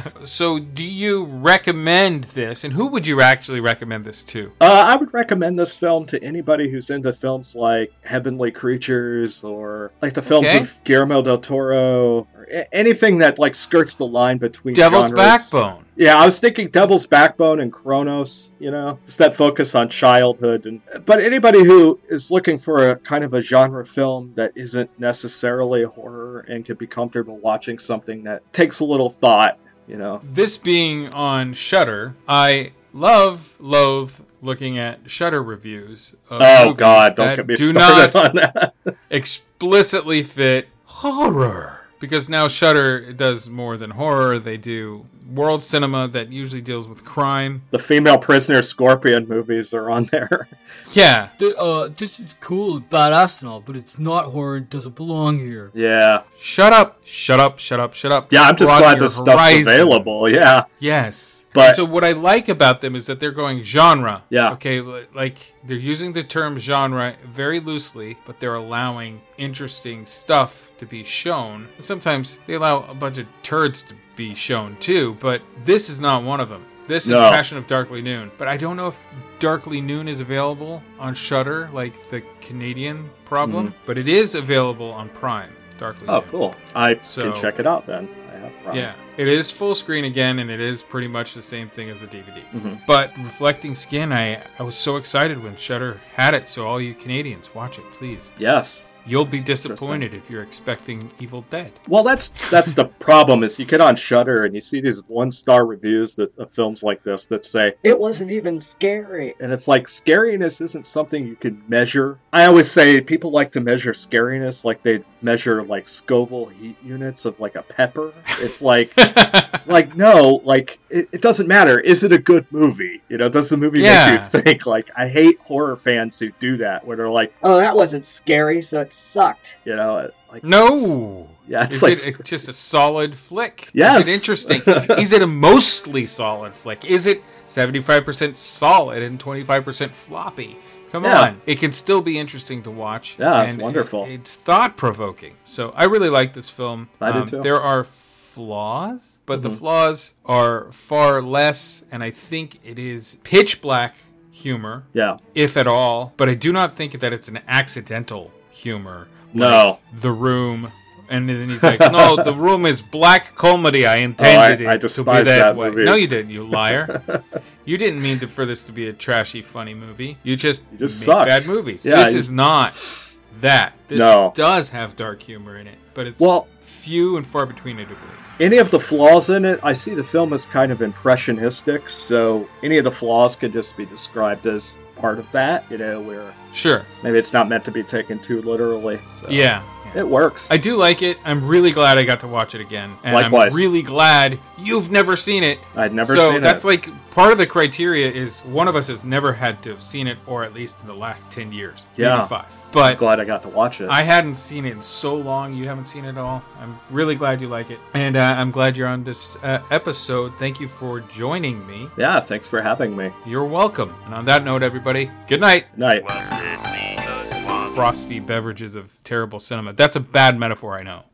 Speaker 3: So, do you recommend this, and who would you actually recommend this to?
Speaker 4: Uh, I would recommend this film to anybody who's into films like Heavenly Creatures or like the films
Speaker 3: Okay.
Speaker 4: of Guillermo del Toro or a- anything that like skirts the line between
Speaker 3: Devil's
Speaker 4: genres.
Speaker 3: Backbone.
Speaker 4: Yeah, I was thinking Devil's Backbone and Kronos, you know, just that focus on childhood. And but anybody who is looking for a kind of a genre film that isn't necessarily horror and can be comfortable watching something that takes a little thought, you know,
Speaker 3: This being on Shutter, I love loathe looking at Shutter reviews. Of
Speaker 4: Oh,
Speaker 3: movies
Speaker 4: God, don't
Speaker 3: that
Speaker 4: get me
Speaker 3: do
Speaker 4: started
Speaker 3: not
Speaker 4: on that.
Speaker 3: explicitly fit horror because now Shutter does more than horror. They do world cinema that usually deals with crime.
Speaker 4: the female prisoner scorpion movies are on there.
Speaker 3: Yeah,
Speaker 14: Th- uh, this is cool, badass and all, but it's not horror and doesn't belong here.
Speaker 4: Yeah.
Speaker 3: Shut up. Shut up. Shut up. Shut up.
Speaker 4: Yeah, I'm just
Speaker 3: Broaden
Speaker 4: glad
Speaker 3: your
Speaker 4: this stuff's
Speaker 3: horizons.
Speaker 4: available, yeah.
Speaker 3: Yes.
Speaker 4: But-
Speaker 3: And so what I like about them is that they're going genre.
Speaker 4: Yeah.
Speaker 3: Okay, li- like they're using the term genre very loosely, but they're allowing interesting stuff to be shown. And sometimes they allow a bunch of turds to be shown too, but this is not one of them. This
Speaker 4: No.
Speaker 3: is Passion of Darkly Noon. But I don't know if Darkly Noon is available on Shudder, like the Canadian problem,
Speaker 4: Mhm.
Speaker 3: but it is available on Prime. Darkly
Speaker 4: Oh,
Speaker 3: Noon.
Speaker 4: cool. I
Speaker 3: So-
Speaker 4: can check it out then. I have Prime.
Speaker 3: Yeah, it is full screen again, and it is pretty much the same thing as the DVD.
Speaker 4: Mhm.
Speaker 3: But reflecting skin, I I was so excited when Shutter had it. So all you Canadians, watch it, please.
Speaker 4: Yes.
Speaker 3: You'll be
Speaker 4: That's
Speaker 3: disappointed if you're expecting Evil Dead.
Speaker 4: Well, that's that's the problem is you get on Shutter and you see these one star reviews that, of films like this that say
Speaker 15: It wasn't even scary.
Speaker 4: and it's like scariness isn't something you can measure. I always say people like to measure scariness like they measure like Scoville heat units of like a pepper. It's like like no, like it, it doesn't matter. Is it a good movie? You know, does the movie
Speaker 15: Yeah.
Speaker 4: make you think? Like I hate horror fans who do that where they're like,
Speaker 15: Oh, that wasn't scary, so it sucked.
Speaker 4: you know, like
Speaker 3: No.
Speaker 4: Yeah, it's
Speaker 3: is
Speaker 4: like
Speaker 3: it a- just a solid flick?
Speaker 4: Yes.
Speaker 3: Is it interesting? is it a mostly solid flick? Is it 75% solid and 25% floppy? Come
Speaker 4: Yeah.
Speaker 3: on. It can still be interesting to watch.
Speaker 4: Yeah, it's
Speaker 3: and
Speaker 4: wonderful.
Speaker 3: it- it's thought provoking. So I really like this film. Um,
Speaker 4: I do too.
Speaker 3: There are flaws, but the
Speaker 4: Mhm.
Speaker 3: flaws are far less, and I think it is pitch black humor.
Speaker 4: Yeah.
Speaker 3: If at all. But I do not think that it's an accidental humor.
Speaker 4: No.
Speaker 3: like the room. And then he's like, "No, the room is black comedy. I intended
Speaker 4: Oh, I
Speaker 3: it to be
Speaker 4: despise
Speaker 3: that,
Speaker 4: that
Speaker 3: way."
Speaker 4: movie.
Speaker 3: No, you didn't, you liar. you didn't mean to, for this to be a trashy, funny movie. You just,
Speaker 4: just
Speaker 3: make
Speaker 4: suck.
Speaker 3: bad movies.
Speaker 4: Yeah,
Speaker 3: this
Speaker 4: you-
Speaker 3: is not that. This
Speaker 4: No.
Speaker 3: does have dark humor in it, but it's
Speaker 4: Well-
Speaker 3: few and far between, I do believe.
Speaker 4: any of the flaws in it, I see the film as kind of impressionistic, so any of the flaws could just be described as part of that, you know, where
Speaker 3: Sure.
Speaker 4: maybe it's not meant to be taken too literally. So
Speaker 3: Yeah.
Speaker 4: It works.
Speaker 3: I do like it. I'm really glad I got to watch it again. And
Speaker 4: Likewise.
Speaker 3: I'm really glad you've never seen it.
Speaker 4: I'd never
Speaker 3: so
Speaker 4: seen
Speaker 3: that's
Speaker 4: it.
Speaker 3: like part of the criteria is one of us has never had to have seen it, or at least in the last 10 years.
Speaker 4: yeah,
Speaker 3: Maybe five. But
Speaker 4: glad I got to watch it.
Speaker 3: I hadn't seen it in so long. You haven't seen it at all. I'm really glad you like it. And uh, I'm glad you're on this uh, episode. Thank you for joining me.
Speaker 4: Yeah, thanks for having me.
Speaker 3: You're welcome. And on that note, everybody, good night.
Speaker 4: Night.
Speaker 3: Frosty beverages of terrible cinema. That's a bad metaphor, I know.